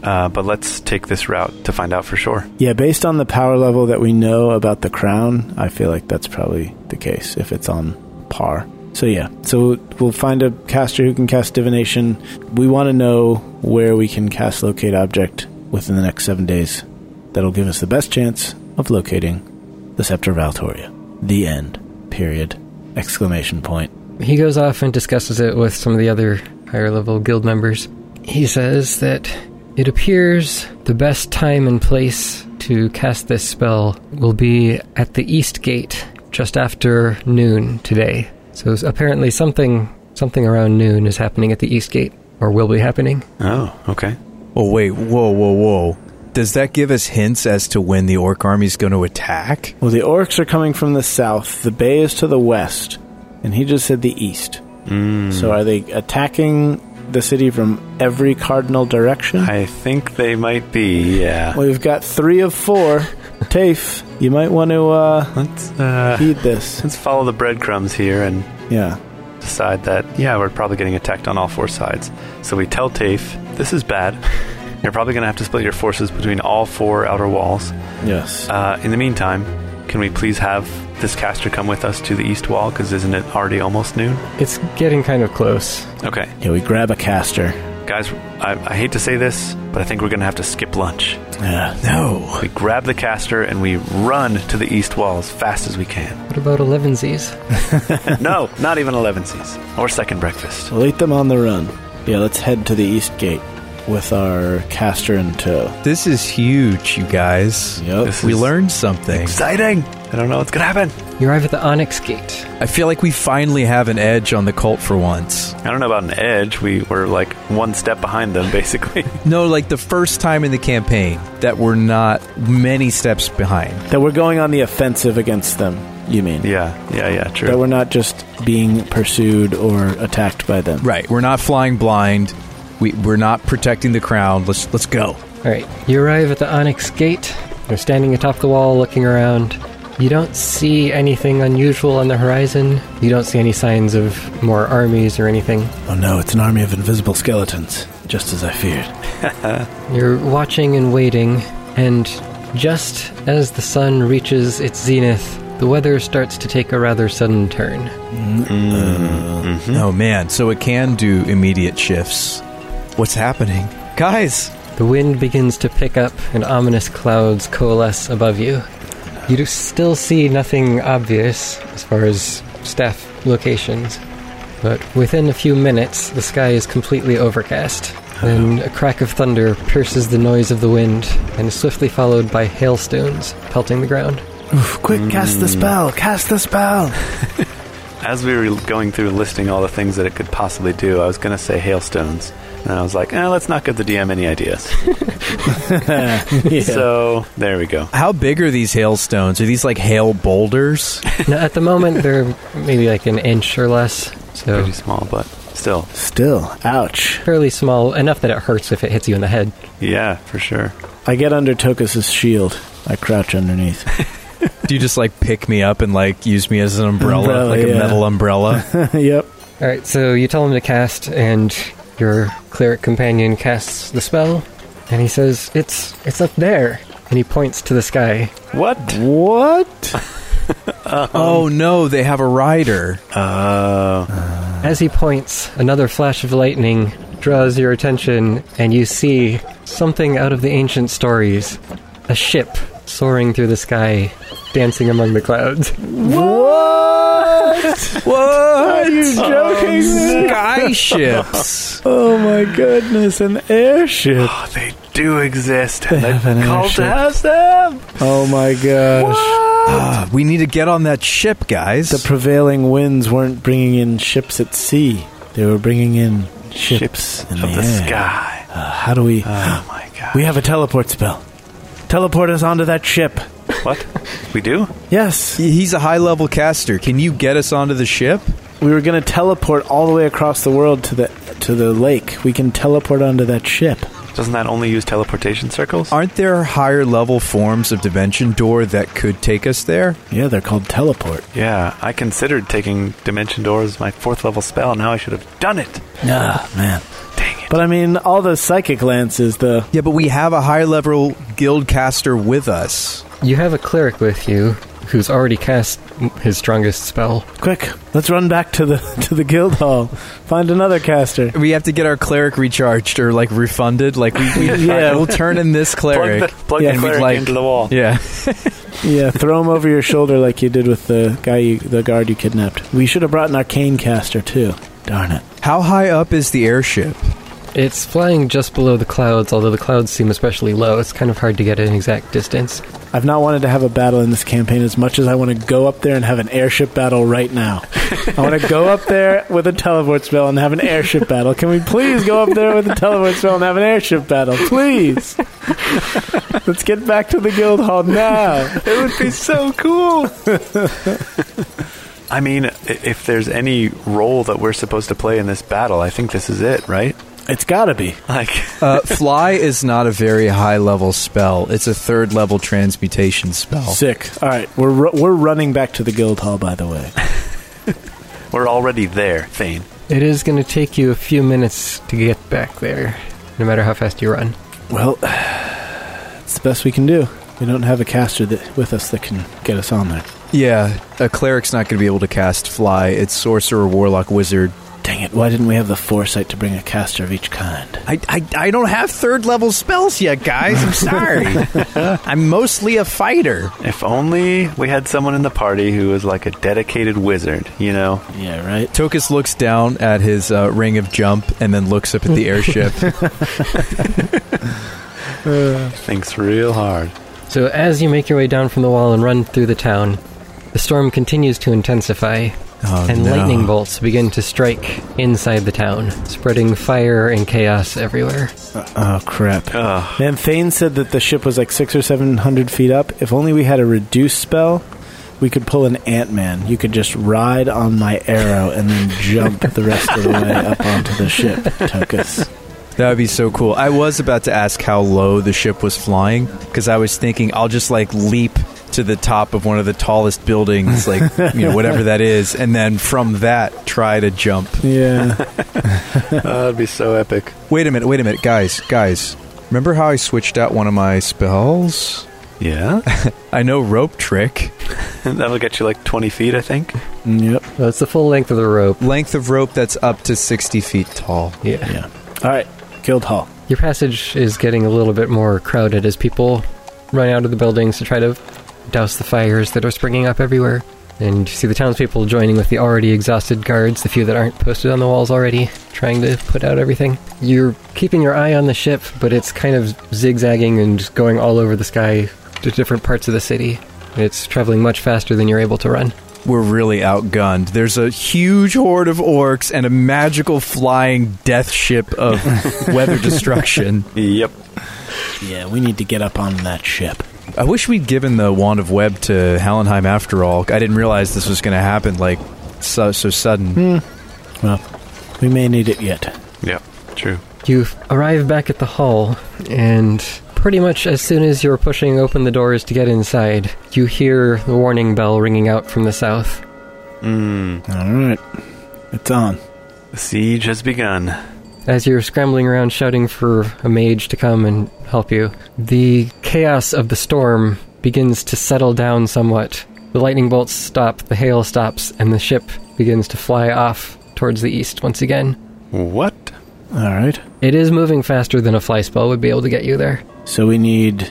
uh, but let's take this route to find out for sure. Yeah, based on the power level that we know about the crown, I feel like that's probably the case if it's on par. So yeah, so we'll find a caster who can cast divination. We want to know where we can cast locate object within the next 7 days. That'll give us the best chance of locating the scepter of Altoria. The end. Period. Exclamation point. He goes off and discusses it with some of the other higher level guild members. He says that it appears the best time and place to cast this spell will be at the east gate just after noon today. So s- apparently something something around noon is happening at the east gate or will be happening. Oh, okay. Oh, wait, whoa, whoa, whoa. Does that give us hints as to when the orc army's going to attack? Well, the orcs are coming from the south. The bay is to the west, and he just said the east. Mm. So are they attacking the city from every cardinal direction? I think they might be. Yeah. Well, we've got three of four. Tafe, you might want to uh, Let's uh, heed this. let's follow the breadcrumbs here and Yeah. decide that yeah, we're probably getting attacked on all four sides. So we tell Tafe, this is bad. You're probably going to have to split your forces between all four outer walls. Yes. Uh, in the meantime, can we please have this caster come with us to the east wall? Because isn't it already almost noon? It's getting kind of close. Okay, yeah, we grab a caster. guys, I, I hate to say this, but I think we're going to have to skip lunch. Yeah. no. We grab the caster and we run to the east wall as fast as we can. What about elevensies? no, not even 11Cs or second breakfast. We'll eat them on the run. Yeah, let's head to the east gate with our caster in tow. This is huge, you guys. Yep. This We is learned something. Exciting! I don't know what's going to happen. You arrive at the Onyx Gate. I feel like we finally have an edge on the cult for once. I don't know about an edge. We were like one step behind them, basically. No, like the first time in the campaign that we're not many steps behind. That we're going on the offensive against them, you mean? yeah, yeah, yeah, That true. we're not just being pursued or attacked by them. Right, we're not flying blind. We, we're not protecting the crown. Let's let's go. All right, you arrive at the Onyx Gate. You're standing atop the wall looking around. You don't see anything unusual on the horizon. You don't see any signs of more armies or anything. Oh no, it's an army of invisible skeletons, just as I feared. You're watching and waiting, and just as the sun reaches its zenith, the weather starts to take a rather sudden turn. Hmm? Oh man, so it can do immediate shifts. What's happening, guys? The wind begins to pick up, and ominous clouds coalesce above you. You do still see nothing obvious as far as staff locations, but within a few minutes, the sky is completely overcast. Then a crack of thunder pierces the noise of the wind, and is swiftly followed by hailstones pelting the ground. Quick, cast the spell! Cast the spell! As we were going through listing all the things that it could possibly do, I was going to say hailstones. And I was like, eh, let's not give the DM any ideas. So there we go. How big are these hailstones? Are these like hail boulders? now, at the moment, they're maybe like an inch or less, so Pretty small, but still. Still, ouch. fairly small, enough that it hurts if it hits you in the head. Yeah, for sure. I get under Tokus's shield. I crouch underneath. do you just like pick me up and like use me as an umbrella, Umbrella, like a yeah. metal umbrella? yep. All right, so you tell him to cast, and your cleric companion casts the spell, and he says, "It's it's up there," and he points to the sky. What? What? oh no, they have a rider. Uh, As he points, another flash of lightning draws your attention, and you see something out of the ancient stories: a ship soaring through the sky, dancing among the clouds. What? Are What? you joking? me? Sky ships. Oh my goodness, an airship. oh, they do exist. and have the an cult airship. has them. Oh my gosh. Ah, we need to get on that ship, guys. The prevailing winds weren't bringing in ships at sea. They were bringing in ships, in Of the the air. sky. Uh, how do we? Oh my god. we have a teleport spell. Teleport us onto that ship. what? We do? Yes, He- He's a high level caster. Can you get us onto the ship? we were going to teleport all the way across the world to the to the lake. We can teleport onto that ship. Doesn't that only use teleportation circles? Aren't there higher level forms of dimension door that could take us there? Yeah, they're called teleport. Yeah, I considered taking Dimension Door as my fourth level spell. Now I should have done it. Ah, man. Dang it. But I mean, all those psychic lances, the Yeah, but we have a high level guild caster with us. You have a cleric with you who's already cast his strongest spell. quick. Let's run back to the to the guild hall. Find another caster. We have to get our cleric recharged or like refunded. Like we, we Yeah. we'll turn in this Plug the, cleric. plug Yeah, the we'd cleric like- into the wall. Yeah. Yeah, throw him over your shoulder like you did with the guy, you, the guard you kidnapped. We should have brought an arcane caster too. Darn it! How high up is the airship? It's flying just below the clouds, although the clouds seem especially low. It's kind of hard to get an exact distance. I've not wanted to have a battle in this campaign as much as I want to go up there and have an airship battle right now. I want to go up there with a teleport spell and have an airship battle. Can we please go up there with a teleport spell and have an airship battle, please? Let's get back to the guild hall now. It would be so cool. I mean, i- if there's any role that we're supposed to play in this battle, I think this is it, right? It's got to be. Like, Uh, fly is not a very high level spell. It's a third level transmutation spell. Sick. All right, we're ru- we're running back to the guild hall. By the way, we're already there, Thane. It is going to take you a few minutes to get back there, no matter how fast you run. well, it's the best we can do. We don't have a caster that, with us that can get us on there. Yeah, a cleric's not going to be able to cast fly. It's sorcerer, warlock, wizard. Dang it! Why didn't we have the foresight to bring a caster of each kind? I, I, I don't have third level spells yet, guys. I'm sorry. I'm mostly a fighter. If only we had someone in the party who was like a dedicated wizard, you know? Yeah, right. Tokus looks down at his uh, ring of jump and then looks up at the airship. Thinks real hard. So, as you make your way down from the wall and run through the town, the storm continues to intensify, Oh, and no. lightning bolts begin to strike inside the town, spreading fire and chaos everywhere. Oh crap! Ugh. Man, Thane said that the ship was like six or seven hundred feet up. If only we had a reduce spell, we could pull an Ant Man. You could just ride on my arrow and then jump the rest of the way up onto the ship, Tokus. That would be so cool. I was about to ask how low the ship was flying because I was thinking I'll just like leap to the top of one of the tallest buildings, like, you know, whatever that is, and then from that try to jump. Yeah. Oh, that'd be so epic. Wait a minute, wait a minute, guys, guys. Remember how I switched out one of my spells? Yeah? I know rope trick. That'll get you like 20 feet, I think. Mm, yep. Well, it's the full length of the rope. Length of rope that's up to 60 feet tall. Yeah. Yeah. All right. Guild Hall. Your passage is getting a little bit more crowded as people run out of the buildings to try to douse the fires that are springing up everywhere. And you see the townspeople joining with the already exhausted guards, the few that aren't posted on the walls already, trying to put out everything. You're keeping your eye on the ship, but it's kind of zigzagging and going all over the sky to different parts of the city. It's traveling much faster than you're able to run. We're really outgunned. There's a huge horde of orcs and a magical flying death ship of weather destruction. Yep. Yeah, we need to get up on that ship. I wish we'd given the wand of web to Hallenheim after all. I didn't realize this was going to happen like so, so sudden. Well, we may need it yet. Yep. True. You arrive back at the hall, and pretty much as soon as you're pushing open the doors to get inside, you hear the warning bell ringing out from the south. Mm. All right. It's on. The siege has begun. As you're scrambling around shouting for a mage to come and help you, the chaos of the storm begins to settle down somewhat. The lightning bolts stop, the hail stops, and the ship begins to fly off towards the east once again. What? All right. It is moving faster than a fly spell would be able to get you there. So we need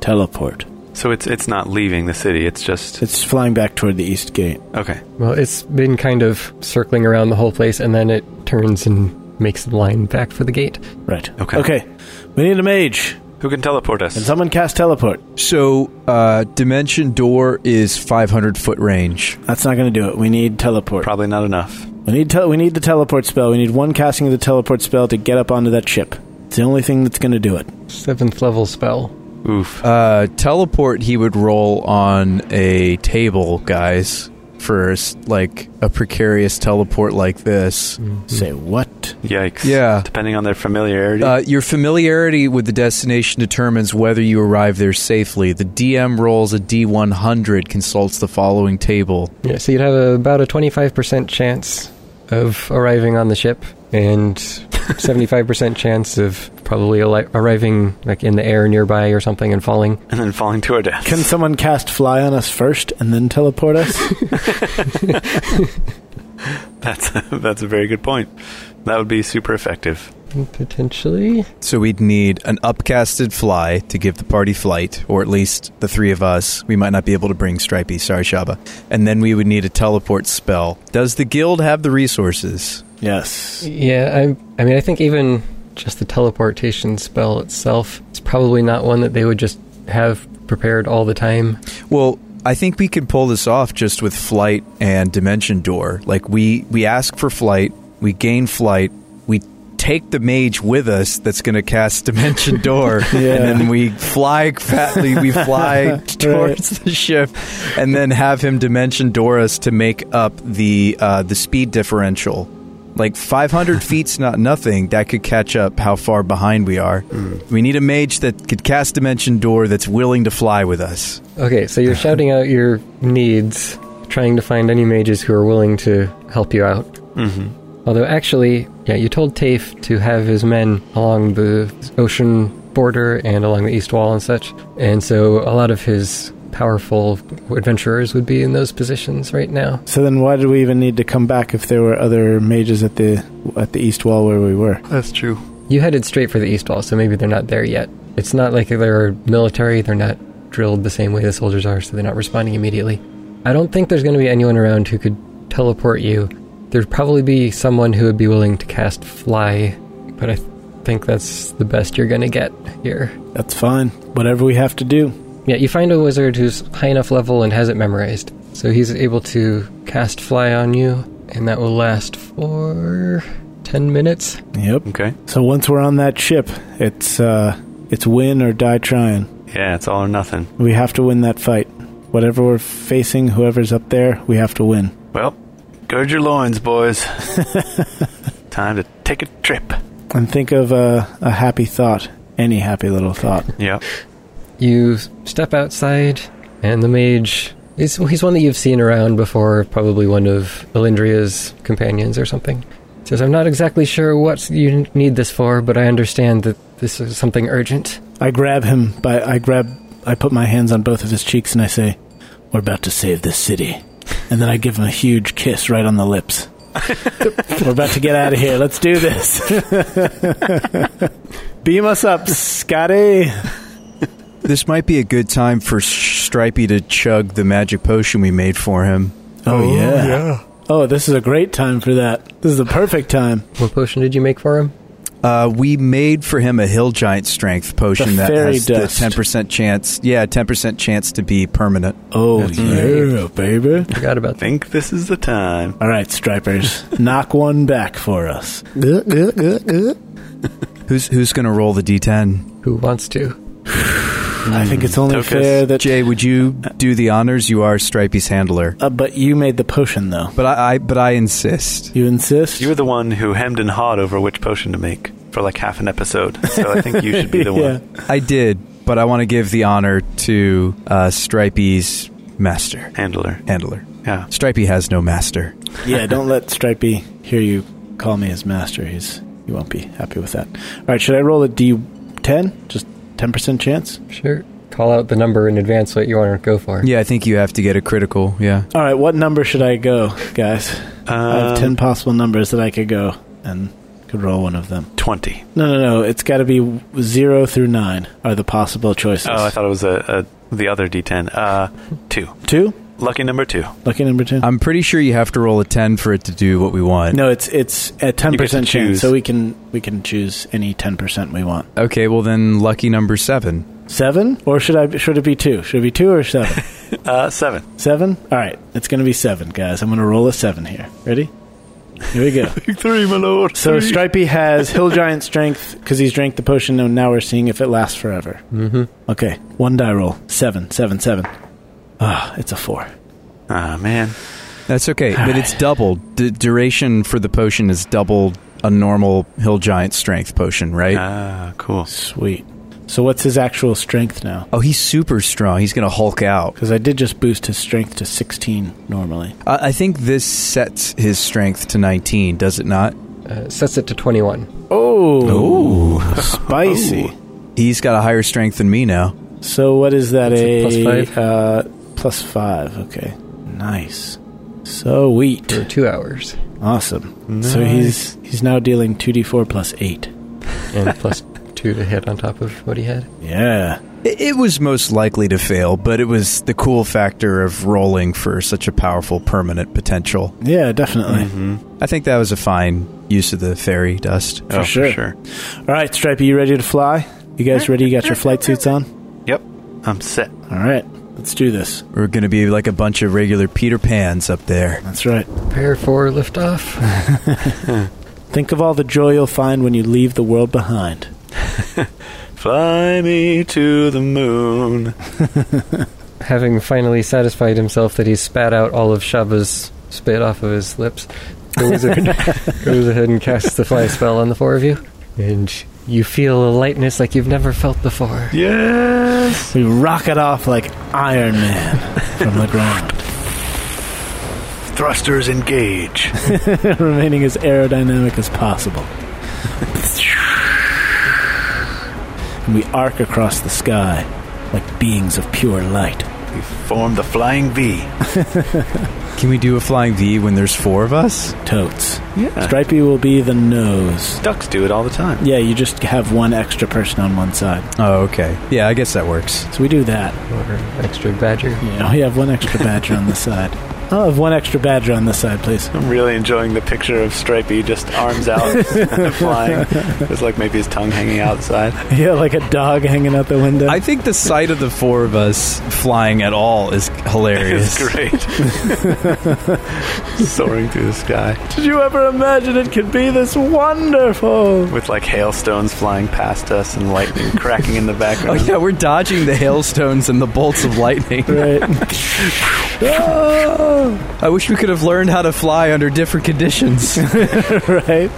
teleport. So it's it's not leaving the city. It's just It's flying back toward the east gate. okay. Well, it's been kind of circling around the whole place, and then it turns and makes the line back for the gate. Right. Okay. Okay. We need a mage. Who can teleport And us? someone cast teleport. So, uh, dimension door is 500 foot range. That's not going to do it. We need teleport. Probably not enough. We need tel we need the teleport spell. We need one casting of the teleport spell to get up onto that ship. It's the only thing that's going to do it. Seventh level spell. Oof. Uh, teleport he would roll on a table, guys. First, like a precarious teleport like this. Say what? Yikes. Yeah. Depending on their familiarity. Uh, your familiarity with the destination determines whether you arrive there safely. The DM rolls a D100, consults the following table. Yeah, so you'd have about a 25% chance of arriving on the ship, and 75% chance of probably ali- arriving like in the air nearby or something and falling. and then falling to our death. Can someone cast fly on us first and then teleport us? that's that's a very good point. That would be super effective. Potentially. So we'd need an upcasted fly to give the party flight, or at least the three of us. We might not be able to bring Stripey, sorry Shaba. And then we would need a teleport spell. Does the guild have the resources? yes. Yeah, I, I mean, I think even just the teleportation spell itself is probably not one that they would just have prepared all the time. Well, I think we could pull this off just with flight and dimension door. Like we we ask for flight, we gain flight, we take the mage with us that's going to cast dimension door and then we fly fatly we fly towards the ship and then have him dimension door us to make up the uh, the speed differential Like 500 feet's not nothing. That could catch up how far behind we are. We need a mage that could cast Dimension Door that's willing to fly with us. Okay, so you're shouting out your needs, trying to find any mages who are willing to help you out. Mm-hmm. Although, actually, yeah, you told Tafe to have his men along the ocean border and along the east wall and such. And so a lot of his powerful adventurers would be in those positions right now. So then, why did we even need to come back if there were other mages at the at the east wall where we were? That's true. You headed straight for the east wall, so maybe they're not there yet. It's not like they're military, they're not drilled the same way the soldiers are, so they're not responding immediately. I don't think there's going to be anyone around who could teleport you. There'd probably be someone who would be willing to cast fly, but I th- think that's the best you're going to get here. That's fine. Whatever we have to do. Yeah, you find a wizard who's high enough level and has it memorized. So he's able to cast fly on you, and that will last for 10 minutes. Yep. Okay. So once we're on that ship, it's uh, it's win or die trying. Yeah, it's all or nothing. We have to win that fight. Whatever we're facing, whoever's up there, we have to win. Well, gird your loins, boys. Time to take a trip. And think of uh, a happy thought, any happy little thought. Yeah. You step outside, and the mage. He's, he's one that you've seen around before, probably one of Elindria's companions or something. Says, I'm not exactly sure what you need this for, but I understand that this is something urgent. I grab him by I grab I put my hands on both of his cheeks and I say, "We're about to save this city." And then I give him a huge kiss right on the lips. We're about to get out of here. Let's do this. Beam us up, Scotty. This might be a good time for Stripey to chug the magic potion we made for him. Oh, yeah. Oh, this is a great time for that. This is the perfect time. What potion did you make for him? Uh, we made for him a hill giant strength potion The that fairy has dust. the ten percent chance. Yeah, ten percent chance to be permanent. Oh That's yeah, baby. Forgot about that. Think this is the time. All right, stripers, knock one back for us. Who's who's gonna roll the d10? Who wants to? I think it's only Tokus. fair that Jay, would you do the honors? You are Stripey's handler, Uh, but you made the potion, though. but I, I but I insist. You insist? You were the one who hemmed and hawed over which potion to make for like half an episode. So I think you should be the yeah. one. I did, but I want to give the honor to uh, Stripey's master Handler. handler. Yeah. Stripey has no master. yeah, don't let Stripey hear you call me his master. He's he won't be happy with that. All right, should I roll a d10? Just 10% chance? Sure. Call out the number in advance what you want to go for. Yeah, I think you have to get a critical. Yeah, All right, what number should I go, guys? I have Um, 10 possible numbers that I could go and could roll one of them. 20. No, no, no. It's got to be 0 through 9 are the possible choices. Oh, I thought it was a, a the other D10. Uh, two. 2? Lucky number two. Lucky number 2? I'm pretty sure you have to roll a ten for it to do what we want. no, it's it's a 10% choose. chance, so we can we can choose any 10% we want. Okay, well then, lucky number seven. Seven, or should I? Should it be two? Should it be two or seven? Uh, seven. seven. All right, it's going to be seven, guys. I'm going to roll a seven here. Ready? Here we go. Three, my lord. so Stripey has hill giant strength because he's drank the potion, and now we're seeing if it lasts forever. Mm-hmm. Okay, one die roll. Seven, seven, seven. Ah, it's a four. Ah, man. That's okay, All but right. it's doubled. D- duration for the potion is double a normal hill giant strength potion, right? Uh-huh. Ah, cool. Sweet. So what's his actual strength now? oh, he's super strong. He's going to Hulk out. Because I did just boost his strength to sixteen normally. I-, I think this sets his strength to 19, does it not? Uh, sets it to 21. Oh, spicy. He's got a higher strength than me now. So what is that? That's a a plus five. Uh, plus five. Okay. Nice. So for wheat. two hours Awesome. So he's he's now dealing two d four plus eight. and plus two to hit on top of what he had. Yeah. I- it was most likely to fail, but it was the cool factor of rolling for such a powerful permanent potential. Yeah. Definitely. I think that was a fine use of the fairy dust. For, oh, for sure. sure. All right, Stripey, you ready to fly? You guys ready? You got your flight suits on? Yep. I'm set. All right. Let's do this. We're going to be like a bunch of regular Peter Pans up there. That's right. Prepare for liftoff. Think of all the joy you'll find when you leave the world behind. Fly me to the moon. Having finally satisfied himself that he's spat out all of Shaba's spit off of his lips, The wizard goes ahead and casts the fly spell on the four of you, and you feel a lightness like you've never felt before. Yes. We rocket off like Iron Man from the ground. Thrusters engage. Remaining as aerodynamic as possible. and we arc across the sky like beings of pure light. We form the flying V. Can we do a flying V when there's four of us? Totes. Yeah. Stripey will be the nose. Ducks do it all the time. Yeah, you just have one extra person on one side. Oh, okay. Yeah, I guess that works. So we do that. Oh, Or extra badger. You know, we have one extra badger on this side. I'll have one extra badger on this side, please. I'm really enjoying the picture of Stripey just arms out flying. It's like maybe his tongue hanging outside. Yeah, like a dog hanging out the window. I think the sight of the four of us flying at all is hilarious. It's great. Soaring through the sky Did you ever imagine it could be this wonderful? with like hailstones flying past us and lightning cracking in the Oh background. yeah, we're dodging the hailstones and the bolts of lightning. Right. I wish we could have learned how to fly under different conditions. right?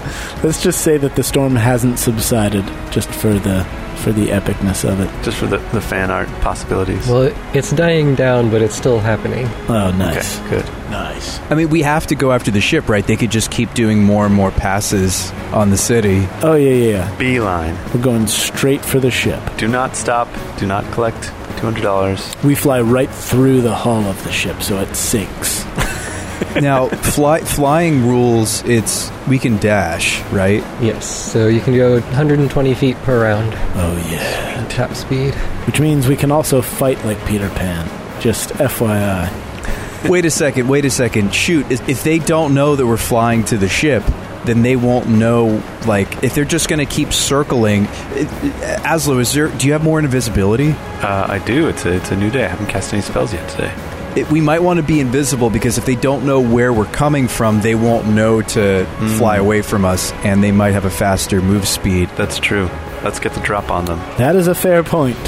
Let's just say that the storm hasn't subsided just for the for the epicness of it. Just for the, the fan art possibilities. Well, it- it's dying down, but it's still happening. Oh, okay, nice. good. Nice. I mean, we have to go after the ship, right? They could just keep doing more and more passes on the city. Oh, yeah, yeah, yeah. Beeline. We're going straight for the ship. Do not stop. Do not collect $200. We fly right through the hull of the ship so it sinks. now, fly, flying rules. It's we can dash, right? Yes, so you can go 120 feet per round. Oh, yeah. Top speed. Which means we can also fight like Peter Pan. Just FYI. Wait a second. Wait a second. Shoot! If if they don't know that we're flying to the ship, then they won't know. Like, if they're just going to keep circling, it- it- Aslo, is there? Do you have more invisibility? Uh, I do. It's a, it's a new day. I haven't cast any spells yet today. It, we might want to be invisible because if they don't know where we're coming from, they won't know to fly away from us, and they might have a faster move speed. That's true. Let's get the drop on them. That is a fair point.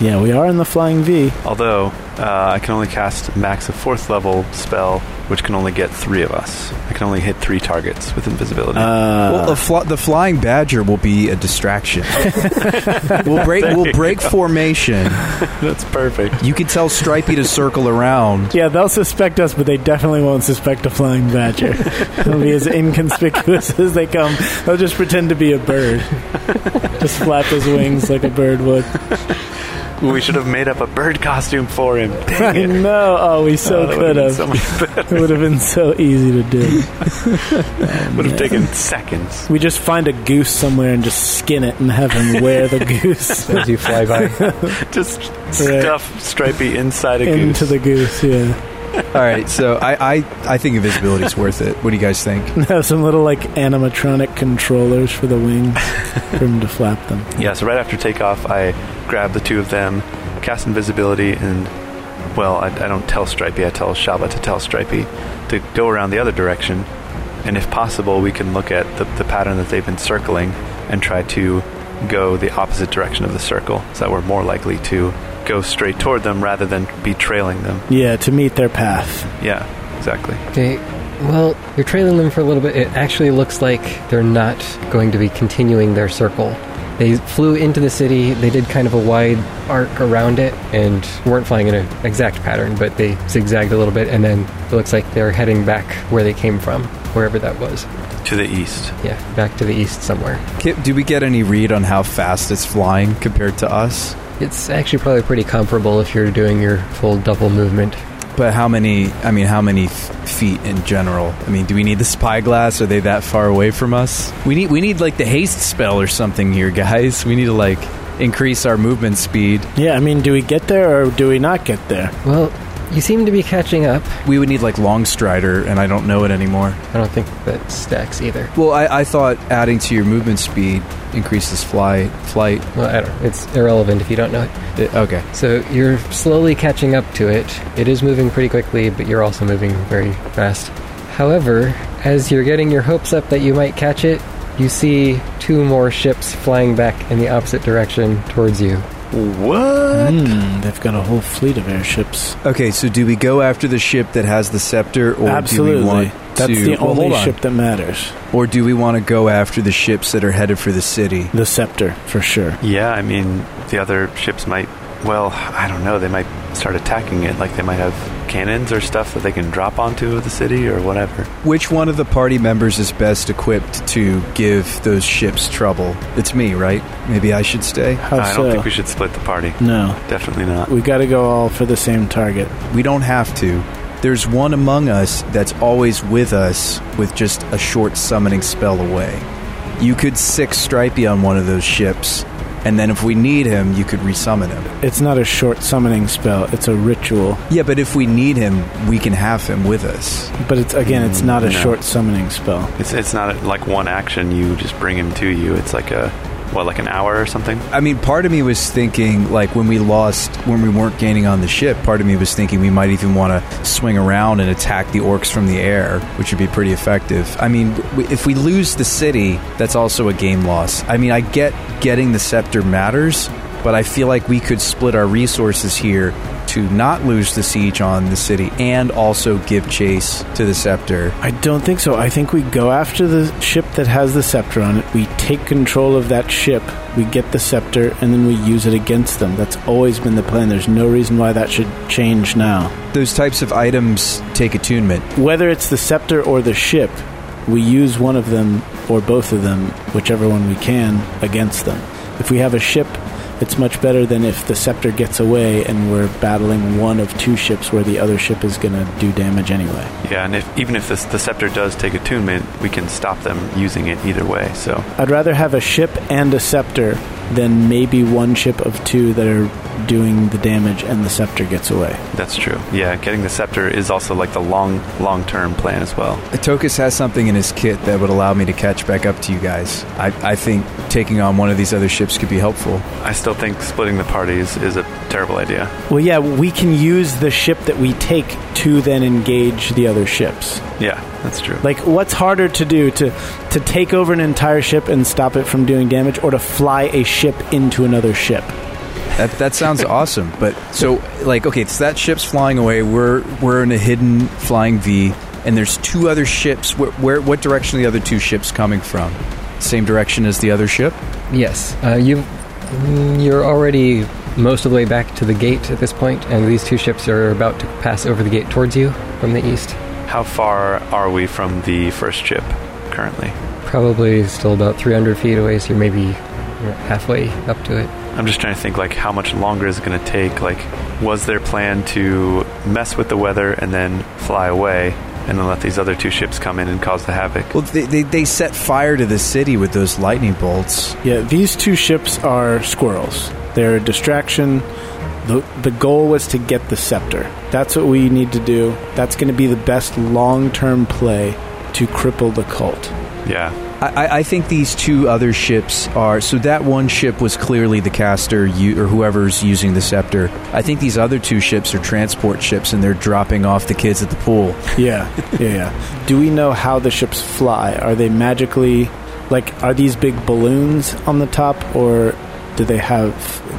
Yeah, we are in the flying V. Although, uh, I can only cast max a fourth level spell, which can only get three of us. I can only hit three targets with invisibility. Uh. well, a fl- the flying badger will be a distraction. we'll break. We'll break formation. That's perfect. You can tell Stripey to circle around. Yeah, they'll suspect us, but they definitely won't suspect a flying badger. they'll be as inconspicuous as they come. They'll just pretend to be a bird. just flap his wings like a bird would. We should have made up a bird costume for him. Dang I it. know. Oh, we so Oh, that could would've been have. so much better. it would have been so easy to do. would have taken seconds. We just find a goose somewhere and just skin it and have him wear the goose As you fly by. Just stuff Stripey inside a goose. into the goose. Yeah, All right, so I, I, I think invisibility is worth it. What do you guys think? have some little like animatronic controllers for the wings for him to flap them. yeah, so right after takeoff, I grab the two of them, cast invisibility, and, well, I, I don't tell Stripey, I tell Shaba to tell Stripey to go around the other direction. And if possible, we can look at the, the pattern that they've been circling and try to go the opposite direction of the circle so that we're more likely to go straight toward them rather than be trailing them. Yeah, to meet their path. Yeah, exactly. okay, well, you're trailing them for a little bit. It actually looks like they're not going to be continuing their circle. They flew into the city, they did kind of a wide arc around it, and weren't flying in an exact pattern, but they zigzagged a little bit, and then it looks like they're heading back where they came from, wherever that was. To the east. Yeah, back to the east somewhere. Kip, do we get any read on how fast it's flying compared to us? It's actually probably pretty comparable if you're doing your full double movement. But how many? I mean, how many f- feet in general? I mean, do we need the spyglass? Are they that far away from us? We need we need like the haste spell or something here, guys. We need to like increase our movement speed. Yeah, I mean, do we get there or do we not get there? Well, you seem to be catching up. We would need like long strider, and I don't know it anymore. I don't think that stacks either. Well, I, I thought adding to your movement speed increases fly flight. Well, I don't. It's irrelevant if you don't know it. It- okay. So you're slowly catching up to it. It is moving pretty quickly, but you're also moving very fast. However, as you're getting your hopes up that you might catch it, you see two more ships flying back in the opposite direction towards you. What? Hmm, they've got a whole fleet of airships. Okay, so do we go after the ship that has the scepter, or do we Absolutely. want That's to the well, only hold on. ship that matters. or do we want to go after the ships that are headed for the city? The scepter, for sure. Yeah, I mean, the other ships might. Well, I don't know. They might start attacking it. Like they might have cannons or stuff that they can drop onto the city or whatever. Which one of the party members is best equipped to give those ships trouble? It's me, right? Maybe I should stay. How I so? don't think we should split the party. no, Definitely not. Oh, Mm. we got to go all for the same target. We don't have to. There's one among us that's always with us with just a short summoning spell away. You could six stripey on one of those ships, and then if we need him, you could resummon him. It's not a short summoning spell; it's a ritual. Yeah, but if we need him, we can have him with us. But it's again, it's not a Mm, no. short summoning spell. It's it's not like one action. You just bring him to you. It's like a what, like an hour or something. I mean, part of me was thinking, like, when we lost, when we weren't gaining on the ship, part of me was thinking we might even want to swing around and attack the orcs from the air, which would be pretty effective. I mean, w- if we lose the city, that's also a game loss. I mean, I get getting the scepter matters, but I feel like we could split our resources here to not lose the siege on the city and also give chase to the scepter. I don't think so. I think we go after the ship that has the scepter on it. We take control of that ship. We get the scepter, and then we use it against them. That's always been the plan. There's no reason why that should change now. Those types of items take attunement. Whether it's the scepter or the ship, we use one of them or both of them, whichever one we can, against them. If we have a ship, it's much better than if the scepter gets away and we're battling one of two ships where the other ship is going to do damage anyway. Yeah, and if even if this, the scepter does take attunement, we can stop them using it either way. So I'd rather have a ship and a scepter than maybe one ship of two that are doing the damage and the scepter gets away. that's true. Yeah, getting the scepter is also like the long long term plan as well. Tokus has something in his kit that would allow me to catch back up to you guys. I, I think taking on one of these other ships could be helpful. I still think splitting the parties is a terrible idea. Well, yeah, we can use the ship that we take to then engage the other ships. Yeah, that's true. Like, what's harder to do to to take over an entire ship and stop it from doing damage, or to fly a ship into another ship? That, that sounds awesome. But so, like, okay, so that ship's flying away. We're we're in a hidden flying V, and there's two other ships. Where, where what direction are the other two ships coming from? Same direction as the other ship. Yes, uh, you mm, you're already most of the way back to the gate at this point, and these two ships are about to pass over the gate towards you from the east. How far are we from the first ship currently? Probably still about 300 feet away, so you're maybe you know, halfway up to it. I'm just trying to think like how much longer is it going to take? Like, was their plan to mess with the weather and then fly away and then let these other two ships come in and cause the havoc? Well, they, they, they set fire to the city with those lightning bolts. Yeah, these two ships are squirrels. They're a distraction. The, the goal was to get the scepter. That's what we need to do. That's going to be the best long term play to cripple the cult. Yeah, I, I- I think these two other ships are so that one ship was clearly the caster you, or whoever's using the scepter. I think these other two ships are transport ships, and they're dropping off the kids at the pool. Yeah, yeah, yeah. Do we know how the ships fly? Are they magically, like, are these big balloons on the top, or do they have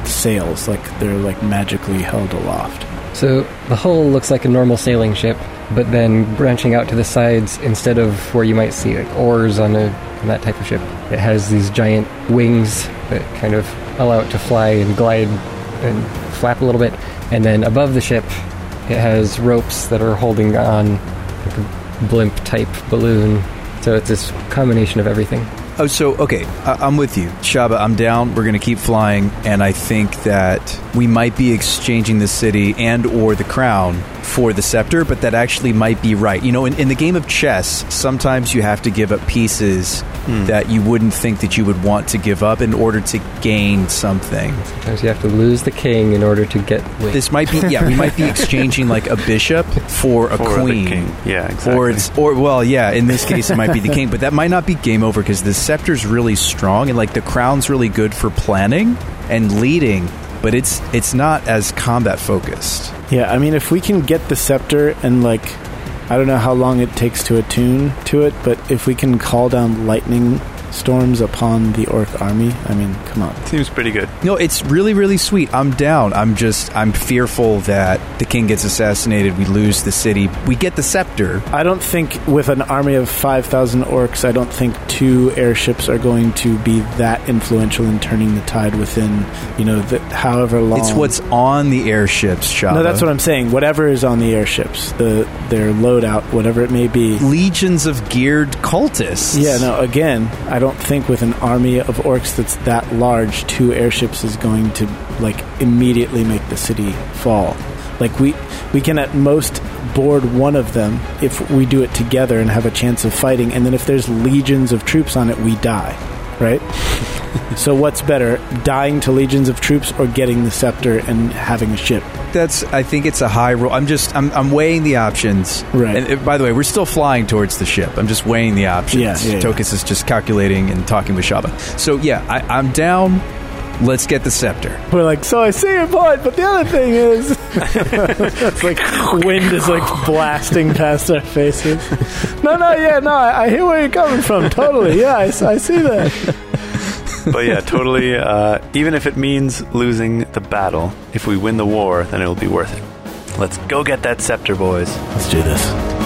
sails? Like, they're, like, magically held aloft. So the hull looks like a normal sailing ship, but then branching out to the sides, instead of where you might see like oars on a on that type of ship, it has these giant wings that kind of allow it to fly and glide and flap a little bit. And then above the ship, it has ropes that are holding on like a blimp type balloon. So it's this combination of everything. Oh, so okay, I, I'm with you, Shaba. I'm down. We're gonna keep flying, and I think that we might be exchanging the city and or the crown for the scepter, but that actually might be right. You know, in, in the game of chess, sometimes you have to give up pieces that you wouldn't think that you would want to give up in order to gain something. Sometimes you have to lose the king in order to get wings. This might be yeah, we might be exchanging like a bishop for a For the queen. king. Yeah, exactly. Or it's or well, yeah, in this case it might be the king, but that might not be game over because the scepter's really strong and like the crown's really good for planning and leading, but it's it's not as combat focused. Yeah, I mean, if we can get the scepter and, like, I don't know how long it takes to attune to it, but if we can call down lightning storms upon the orc army. I mean, come on. Seems pretty good. No, it's really, really sweet. I'm down. I'm just, I'm fearful that the king gets assassinated. We lose the city. We get the scepter. I don't think with an army of 5,000 orcs, I don't think two airships are going to be that influential in turning the tide within, you know, the, however long. It's what's on the airships, Shava. Um, No, that's what I'm saying. Whatever is on the airships, the their loadout, whatever it may be. Legions of geared cultists. Yeah, no, again, I don't think with an army of orcs that's that large, two airships is going to like immediately make the city fall. Like we we can at most board one of them if we do it together and have a chance of fighting and then if there's legions of troops on it we die, right? so what's better, dying to legions of troops or getting the scepter and having a ship? That's, I think it's a high roll. I'm just, I'm, I'm weighing the options. Right. And uh, by the way, we're still flying towards the ship. I'm just weighing the options. Yeah, yeah, yeah. Tokus is just calculating and talking with Shaba. So yeah, I, I'm down. Let's get the scepter. We're like, so I see your point, but the other thing is, it's like wind is like blasting past our faces. No, no, yeah, no, I, I hear where you're coming from. Totally, yeah, I, s- I see that. But yeah, totally. Uh, even if it means losing the battle, if we win the war, then it'll be worth it. Let's go get that scepter, boys. Let's do this.